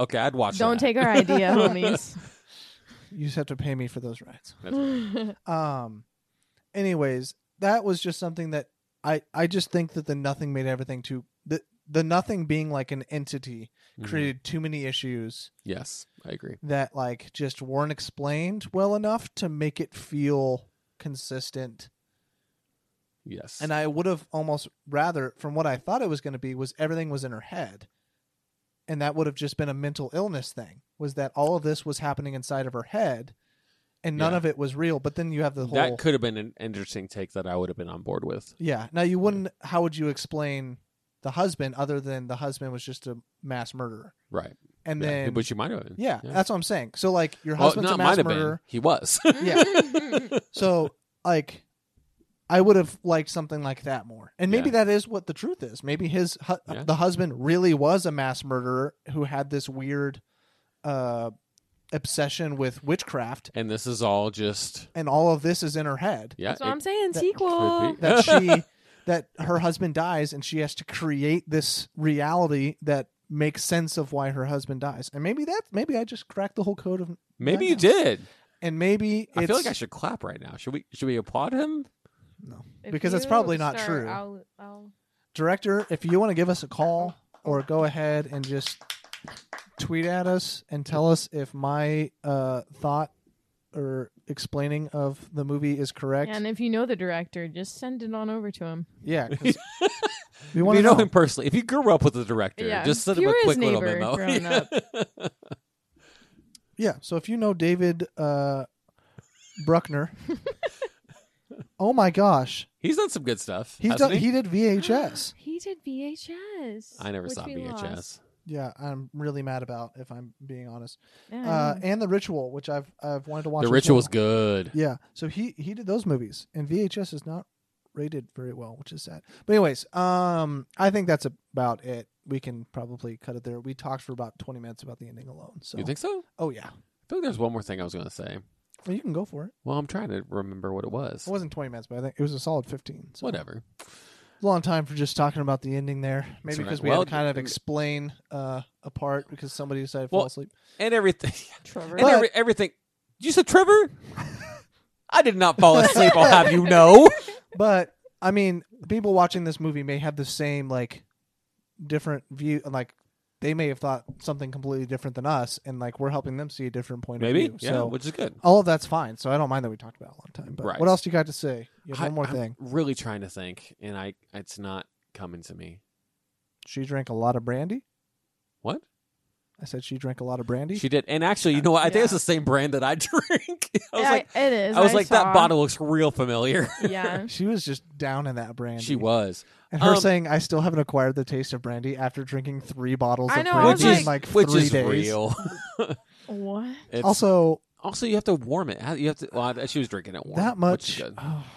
[SPEAKER 3] Okay, I'd watch
[SPEAKER 4] Don't
[SPEAKER 3] that.
[SPEAKER 4] take our
[SPEAKER 3] [LAUGHS]
[SPEAKER 4] idea, homies.
[SPEAKER 2] you just have to pay me for those rides
[SPEAKER 3] That's
[SPEAKER 4] [GASPS]
[SPEAKER 3] right.
[SPEAKER 2] um anyways that was just something that i i just think that the nothing made everything too the the nothing being like an entity
[SPEAKER 3] Mhm.
[SPEAKER 2] created too many issues
[SPEAKER 3] Yes, I agree.
[SPEAKER 2] that like just weren't explained well enough to make it feel consistent
[SPEAKER 3] Yes.
[SPEAKER 2] and i would have almost rather from what i thought it was going to be was everything was in her head and that would have just been a mental illness thing was that all of this was happening inside of her head and none
[SPEAKER 3] Yeah.
[SPEAKER 2] of it was real. But then you have the whole
[SPEAKER 3] That could have been an interesting take that I would have been on board with.
[SPEAKER 2] yeah. Now you wouldn't. How would you explain the husband other than the husband was just a mass murderer?
[SPEAKER 3] Right.
[SPEAKER 2] And
[SPEAKER 3] yeah.
[SPEAKER 2] then
[SPEAKER 3] But you might have been.
[SPEAKER 2] yeah,
[SPEAKER 3] Yeah.
[SPEAKER 2] that's what I'm saying. So like your
[SPEAKER 3] Well,
[SPEAKER 2] husband's
[SPEAKER 3] not
[SPEAKER 2] a
[SPEAKER 3] might
[SPEAKER 2] mass
[SPEAKER 3] have been.
[SPEAKER 2] murderer.
[SPEAKER 3] He was. [LAUGHS]
[SPEAKER 2] Yeah.
[SPEAKER 4] [LAUGHS]
[SPEAKER 2] So like, I would have liked something like that more. And maybe that is what the truth is. Maybe his hu- uh,
[SPEAKER 3] Yeah.
[SPEAKER 2] the husband really was a mass murderer who had this weird uh, obsession with witchcraft,
[SPEAKER 3] and this is all just
[SPEAKER 2] and all of this is in her head.
[SPEAKER 3] yeah.
[SPEAKER 4] That's what I'm
[SPEAKER 3] it
[SPEAKER 4] saying.
[SPEAKER 2] that
[SPEAKER 4] Sequel.
[SPEAKER 3] could be. [LAUGHS]
[SPEAKER 2] that she that her husband dies and she has to create this reality that makes sense of why her husband dies. And maybe that maybe I just cracked the whole code of
[SPEAKER 3] Maybe you
[SPEAKER 2] Dunno.
[SPEAKER 3] did.
[SPEAKER 2] and maybe it's
[SPEAKER 3] I feel like I should clap right now. Should we? Should we applaud him?
[SPEAKER 2] no.
[SPEAKER 4] If
[SPEAKER 2] Because that's
[SPEAKER 4] you
[SPEAKER 2] probably not
[SPEAKER 4] start,
[SPEAKER 2] true.
[SPEAKER 4] I'll- I'll-
[SPEAKER 2] Director, if you want to give us a call or go ahead and just tweet at us and tell us if my uh, thought or explaining of the movie is correct.
[SPEAKER 4] and if you know the director, just send it on over to
[SPEAKER 2] [GASPS]
[SPEAKER 4] him.
[SPEAKER 2] yeah.
[SPEAKER 4] [LAUGHS]
[SPEAKER 2] 'cause we
[SPEAKER 3] If
[SPEAKER 2] want to
[SPEAKER 3] you know,
[SPEAKER 2] know.
[SPEAKER 3] him personally, if you grew up with the director,
[SPEAKER 4] Yeah,
[SPEAKER 3] just
[SPEAKER 4] if
[SPEAKER 3] send him
[SPEAKER 4] you
[SPEAKER 3] a
[SPEAKER 4] were
[SPEAKER 3] quick
[SPEAKER 4] his
[SPEAKER 3] little
[SPEAKER 4] neighbor
[SPEAKER 3] memo.
[SPEAKER 4] growing
[SPEAKER 3] Yeah.
[SPEAKER 2] Yeah. So if you know David uh,
[SPEAKER 4] [LAUGHS]
[SPEAKER 2] Bruckner, oh my gosh,
[SPEAKER 3] [LAUGHS] He's done some good stuff.
[SPEAKER 2] he's
[SPEAKER 3] hasn't
[SPEAKER 2] done. He? did VHS.
[SPEAKER 4] [GASPS] He did VHS.
[SPEAKER 3] I never
[SPEAKER 4] which
[SPEAKER 3] saw
[SPEAKER 4] we
[SPEAKER 3] VHS.
[SPEAKER 4] lost.
[SPEAKER 2] yeah, I'm really mad about if I'm being honest.
[SPEAKER 4] Yeah, I
[SPEAKER 2] Uh,
[SPEAKER 4] know.
[SPEAKER 2] and the Ritual, which I've I've wanted to watch.
[SPEAKER 3] The
[SPEAKER 2] as
[SPEAKER 3] ritual
[SPEAKER 2] well.
[SPEAKER 3] was good.
[SPEAKER 2] Yeah. So he he did those movies, and VHS is not rated very well, which is sad. But anyways, um, I think that's about it. We can probably cut it there. We talked for about 20 minutes about the ending alone. So
[SPEAKER 3] You think so? I
[SPEAKER 2] oh yeah,
[SPEAKER 3] feel like there's one more thing I was going to say.
[SPEAKER 2] well, you can go for it.
[SPEAKER 3] Well, I'm trying to remember what it was.
[SPEAKER 2] It wasn't 20 minutes, but I think it was a solid 15. So.
[SPEAKER 3] Whatever.
[SPEAKER 2] long time for just talking about the ending there. Maybe
[SPEAKER 3] That's right.
[SPEAKER 2] because we
[SPEAKER 3] Well,
[SPEAKER 2] had to kind of
[SPEAKER 3] and-
[SPEAKER 2] explain uh, a part because somebody decided to
[SPEAKER 3] Well,
[SPEAKER 2] fall asleep.
[SPEAKER 3] And everything. [LAUGHS]
[SPEAKER 2] [LAUGHS]
[SPEAKER 4] Trevor.
[SPEAKER 3] And every, everything. You said Trevor? [LAUGHS] I did not fall asleep, I'll have you
[SPEAKER 2] [LAUGHS]
[SPEAKER 3] know.
[SPEAKER 2] But I mean, people watching this movie may have the same like different view. Like they may have thought something completely different than us, and like we're helping them see a different point
[SPEAKER 3] Maybe.
[SPEAKER 2] of view.
[SPEAKER 3] Yeah,
[SPEAKER 2] so
[SPEAKER 3] which is good.
[SPEAKER 2] all of that's fine. So I don't mind that we talked about it a long time. But
[SPEAKER 3] Right.
[SPEAKER 2] what else you got to say? You have
[SPEAKER 3] I-
[SPEAKER 2] one more
[SPEAKER 3] I'm
[SPEAKER 2] thing.
[SPEAKER 3] really trying to think, and I it's not coming to me.
[SPEAKER 2] She drank a lot of brandy.
[SPEAKER 3] What?
[SPEAKER 2] I said she drank a lot of brandy.
[SPEAKER 3] She did. And actually, you know what? I think
[SPEAKER 4] Yeah.
[SPEAKER 3] it's the same brand that I [LAUGHS] drink. I was
[SPEAKER 4] Yeah,
[SPEAKER 3] like,
[SPEAKER 4] it is.
[SPEAKER 3] I was like,
[SPEAKER 4] saw.
[SPEAKER 3] that bottle looks real familiar.
[SPEAKER 4] [LAUGHS]
[SPEAKER 3] [LAUGHS]
[SPEAKER 4] Yeah.
[SPEAKER 2] She was just down in that brandy.
[SPEAKER 3] she was.
[SPEAKER 2] And her
[SPEAKER 3] Um,
[SPEAKER 2] saying, "I still haven't acquired the taste of brandy after drinking three bottles
[SPEAKER 4] I
[SPEAKER 2] of
[SPEAKER 4] know, I
[SPEAKER 2] brandy
[SPEAKER 4] was
[SPEAKER 2] in like
[SPEAKER 4] like-
[SPEAKER 2] three
[SPEAKER 3] which is
[SPEAKER 2] days."
[SPEAKER 3] real. [LAUGHS]
[SPEAKER 4] what?
[SPEAKER 3] It's-
[SPEAKER 2] Also,
[SPEAKER 3] also, you have to warm it. You have to. Well, I- she was drinking it warm.
[SPEAKER 2] that
[SPEAKER 3] Which is
[SPEAKER 2] much
[SPEAKER 3] good.
[SPEAKER 2] [SIGHS]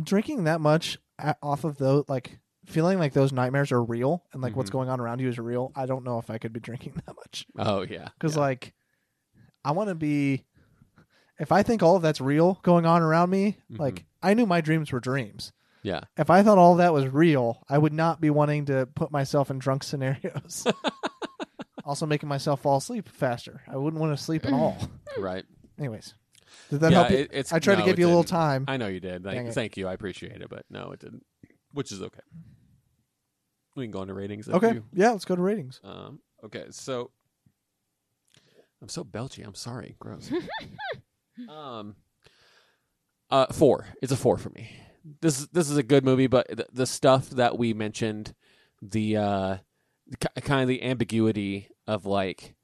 [SPEAKER 2] drinking that much a- off of those, like feeling like those nightmares are real and like what's
[SPEAKER 3] Mhm.
[SPEAKER 2] going on around you is real. I don't know if I could be drinking [LAUGHS] that much
[SPEAKER 3] Oh yeah.
[SPEAKER 2] because
[SPEAKER 3] yeah.
[SPEAKER 2] like I want to be. If I think all of that's real going on around me,
[SPEAKER 3] Mhm.
[SPEAKER 2] like I knew my dreams were dreams.
[SPEAKER 3] Yeah.
[SPEAKER 2] If I thought all that was real, I would not be wanting to put myself in drunk [LAUGHS]
[SPEAKER 3] [LAUGHS]
[SPEAKER 2] scenarios. also, making myself fall asleep faster. I wouldn't want to sleep at
[SPEAKER 3] [CLEARS THROAT]
[SPEAKER 2] all.
[SPEAKER 3] Right.
[SPEAKER 2] Anyways, did that
[SPEAKER 3] yeah,
[SPEAKER 2] help you?
[SPEAKER 3] it- it's,
[SPEAKER 2] I tried
[SPEAKER 3] no,
[SPEAKER 2] to give
[SPEAKER 3] it
[SPEAKER 2] you a little
[SPEAKER 3] didn't.
[SPEAKER 2] time.
[SPEAKER 3] I know you did. Thank,
[SPEAKER 2] Dang it.
[SPEAKER 3] thank you. I appreciate it, but no, it didn't. Which is okay. We can go into ratings. if
[SPEAKER 2] okay,
[SPEAKER 3] you-
[SPEAKER 2] yeah, let's go to ratings.
[SPEAKER 3] Um, okay. So I'm so belchy. I'm sorry. Gross. um. Uh, four. It's a four for me. This this is a good movie, but the, the stuff that we mentioned, the uh, the ki- kind of the ambiguity of like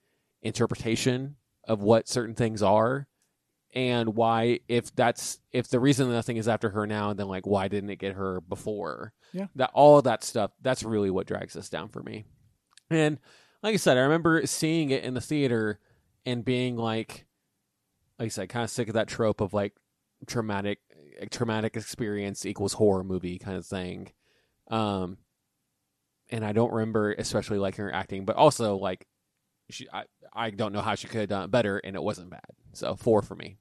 [SPEAKER 3] interpretation of what certain things are and why if that's if the reason nothing is after her now then like why didn't it get her before
[SPEAKER 2] Yeah.
[SPEAKER 3] that all that stuff that's really what drags us down for me and like i said i remember seeing it in the theater and being like like i said kind of sick of that trope of like traumatic traumatic experience equals horror movie kind of thing um and i don't remember especially liking her acting but also like she i i don't know how she could have done it better and it wasn't bad so four for me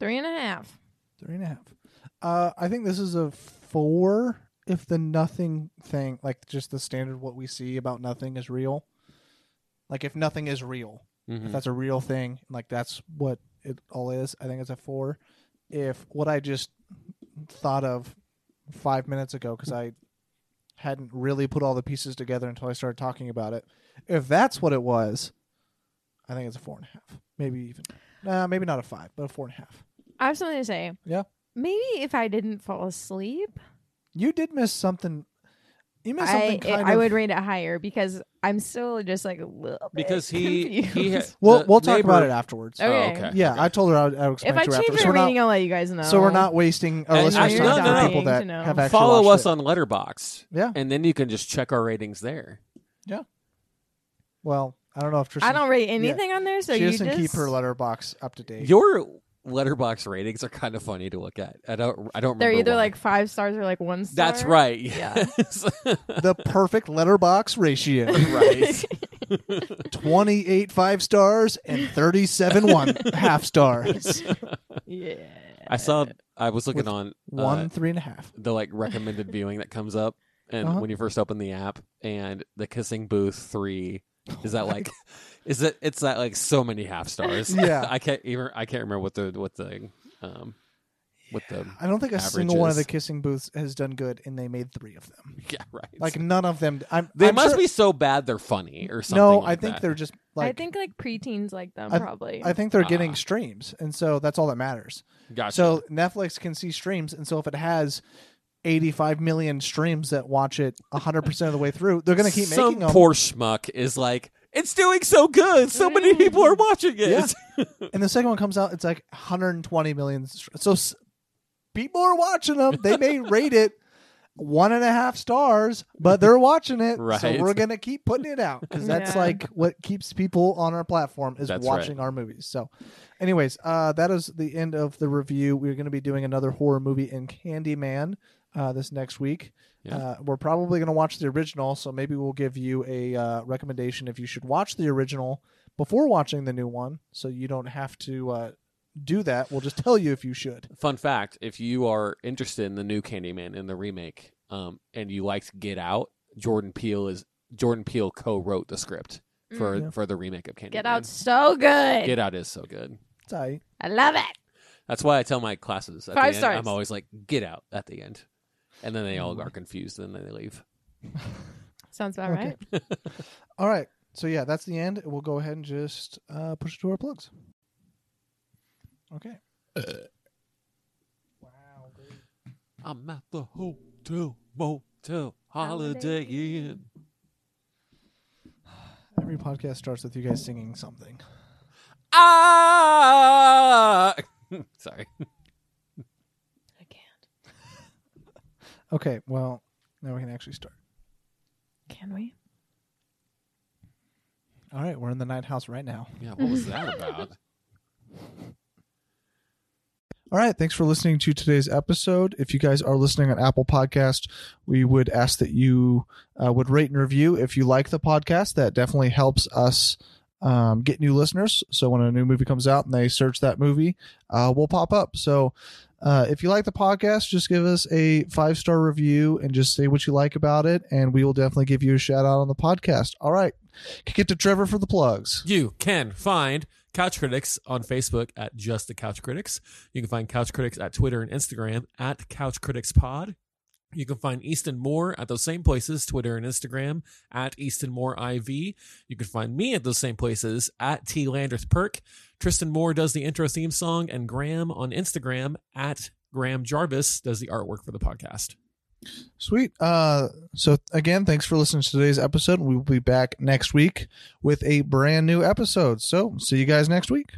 [SPEAKER 4] Three and a half.
[SPEAKER 2] Three and a half. Uh, I think this is a four. If the nothing thing, like just the standard what we see about nothing is real, like if nothing is real, if
[SPEAKER 3] Mhm.
[SPEAKER 2] that's a real thing like that's what it all is i think it's a four if what i just thought of five minutes ago because i hadn't really put all the pieces together until i started talking about it if that's what it was i think it's a four and a half maybe even nah, maybe not a five but a four and a half
[SPEAKER 4] I have something to say.
[SPEAKER 2] Yeah.
[SPEAKER 4] Maybe if I didn't fall asleep.
[SPEAKER 2] you did miss something You missed
[SPEAKER 4] I
[SPEAKER 2] something
[SPEAKER 4] I
[SPEAKER 2] kind of.
[SPEAKER 4] would rate it higher because I'm still just like a little bit [LAUGHS]
[SPEAKER 3] because he he ha-
[SPEAKER 4] confused.
[SPEAKER 2] We'll
[SPEAKER 3] the
[SPEAKER 2] we'll talk about it
[SPEAKER 3] neighbor-
[SPEAKER 2] afterwards.
[SPEAKER 4] Okay.
[SPEAKER 3] Oh, okay.
[SPEAKER 2] yeah, I told her I would, I would explain
[SPEAKER 4] if I
[SPEAKER 2] to her
[SPEAKER 4] change
[SPEAKER 2] afterwards.
[SPEAKER 4] my
[SPEAKER 2] So we're
[SPEAKER 4] rating,
[SPEAKER 2] not
[SPEAKER 4] I'll let you guys know.
[SPEAKER 2] so we're not wasting our
[SPEAKER 3] And
[SPEAKER 2] listeners'
[SPEAKER 3] actually-
[SPEAKER 2] time
[SPEAKER 3] No, no,
[SPEAKER 2] for
[SPEAKER 3] no.
[SPEAKER 2] people that
[SPEAKER 4] to know.
[SPEAKER 2] have actually
[SPEAKER 3] Follow
[SPEAKER 2] watched
[SPEAKER 3] us
[SPEAKER 2] it.
[SPEAKER 3] on Letterbox.
[SPEAKER 2] Yeah.
[SPEAKER 3] and then you can just check our ratings there.
[SPEAKER 2] Well, I don't know if Tristan.
[SPEAKER 4] I don't rate anything on there, so
[SPEAKER 2] she
[SPEAKER 4] you
[SPEAKER 2] doesn't
[SPEAKER 4] just
[SPEAKER 2] keep her letterbox up to date.
[SPEAKER 3] Your Letterbox ratings are kind of funny to look at. I don't. I don't.
[SPEAKER 4] They're
[SPEAKER 3] remember
[SPEAKER 4] either
[SPEAKER 3] why.
[SPEAKER 4] like five stars or like one star.
[SPEAKER 3] That's right.
[SPEAKER 4] Yeah.
[SPEAKER 3] [LAUGHS] Yes.
[SPEAKER 2] the perfect letterbox
[SPEAKER 3] [LAUGHS]
[SPEAKER 4] [LAUGHS]
[SPEAKER 2] ratio:
[SPEAKER 3] right.
[SPEAKER 2] twenty-eight five stars and thirty-seven
[SPEAKER 3] [LAUGHS]
[SPEAKER 2] one half
[SPEAKER 4] [LAUGHS]
[SPEAKER 3] Uh,
[SPEAKER 2] stars.
[SPEAKER 4] Yeah.
[SPEAKER 3] I saw. I was looking
[SPEAKER 2] With
[SPEAKER 3] on uh,
[SPEAKER 2] One three and a half.
[SPEAKER 3] the like recommended viewing that comes up, and
[SPEAKER 2] Uh-huh.
[SPEAKER 3] when you first open the app, and the Kissing Booth three is that
[SPEAKER 2] my [LAUGHS]
[SPEAKER 3] like, is it? It's that like so many half stars.
[SPEAKER 2] Yeah.
[SPEAKER 3] [LAUGHS] I can't even. I can't remember what the what the um, what the
[SPEAKER 2] I don't think a single one of the
[SPEAKER 3] averages.
[SPEAKER 2] kissing booths has done good, and they made three of them.
[SPEAKER 3] [LAUGHS] yeah right.
[SPEAKER 2] Like none of them. I'm,
[SPEAKER 3] they
[SPEAKER 2] I'm
[SPEAKER 3] must
[SPEAKER 2] sure-
[SPEAKER 3] be so bad they're funny or something.
[SPEAKER 2] No, I
[SPEAKER 3] like
[SPEAKER 2] think
[SPEAKER 3] that.
[SPEAKER 2] they're just like.
[SPEAKER 4] I think like preteens like them
[SPEAKER 2] I-
[SPEAKER 4] probably.
[SPEAKER 2] I think they're getting
[SPEAKER 3] Ah.
[SPEAKER 2] streams, and so that's all that matters.
[SPEAKER 3] Gotcha.
[SPEAKER 2] So Netflix can see streams, and so if it has 85 million streams that watch it 100 percent of the way through, they're going to keep
[SPEAKER 3] Some
[SPEAKER 2] making them.
[SPEAKER 3] poor schmuck is like, it's doing so good. So
[SPEAKER 4] Mm.
[SPEAKER 3] many people are watching it.
[SPEAKER 2] Yeah. and the second one comes out, it's like 120 million. str- So s- people are watching them. They may rate it one and a half stars, but they're watching it. So
[SPEAKER 3] Right.
[SPEAKER 2] we're gonna keep putting it out because that's
[SPEAKER 4] Yeah.
[SPEAKER 2] like what keeps people on our platform is
[SPEAKER 3] That's
[SPEAKER 2] watching our movies. So, anyways, uh, that is the end of the review. We're gonna be doing another horror movie in Candyman uh, this next week.
[SPEAKER 3] Yeah.
[SPEAKER 2] Uh, we're probably going to watch the original, so maybe we'll give you a uh, recommendation if you should watch the original before watching the new one, so you don't have to uh, do that. We'll just tell you if you should.
[SPEAKER 3] [LAUGHS] Fun fact: If you are interested in the new Candyman in the remake, um, and you liked Get Out, Jordan Peele is Jordan Peele co-wrote the script for
[SPEAKER 2] Mm. Yeah.
[SPEAKER 3] for the remake of Candyman.
[SPEAKER 4] Mm-hmm. Get out so good.
[SPEAKER 3] Get Out is so good.
[SPEAKER 2] It's all right.
[SPEAKER 4] I love it.
[SPEAKER 3] That's why I tell my classes at the
[SPEAKER 4] Five
[SPEAKER 3] end,
[SPEAKER 4] stars.
[SPEAKER 3] I'm always like, "Get Out" at the end, and then they all are confused and then they leave.
[SPEAKER 4] Sounds about
[SPEAKER 2] Okay.
[SPEAKER 4] right.
[SPEAKER 2] All right. So yeah, that's the end. We'll go ahead and just uh, push it to our plugs. Okay. Wow.
[SPEAKER 3] I'm at the hotel, motel, Holiday Inn.
[SPEAKER 2] Every podcast starts with you guys singing something.
[SPEAKER 3] Ah! [LAUGHS] Sorry.
[SPEAKER 4] I can't.
[SPEAKER 2] Okay. Well, now we can actually start.
[SPEAKER 4] Can we?
[SPEAKER 2] All right. We're in the night house right now.
[SPEAKER 3] Yeah, what was that about?
[SPEAKER 2] All right. Thanks for listening to today's episode. If you guys are listening on Apple Podcast, we would ask that you uh, would rate and review if you like the podcast. That definitely helps us um, get new listeners. So when a new movie comes out and they search that movie, uh, we'll pop up. So uh, if you like the podcast, just give us a five star review and just say what you like about it, and we will definitely give you a shout out on the podcast. All right. Kick it to Trevor for the plugs.
[SPEAKER 3] [LAUGHS] You can find Couch Critics on Facebook at Just the Couch Critics. You can find Couch Critics at Twitter and Instagram at Couch Critics Pod. You can find Easton Moore at those same places, Twitter and Instagram at Easton Moore IV. You can find me at those same places at T Landreth Perk. Tristan Moore does the intro theme song, and Graham on Instagram at Graham Jarvis does the artwork for the podcast.
[SPEAKER 2] Sweet. Uh, so again, thanks for listening to today's episode. We will be back next week with a brand new episode. So see you guys next week.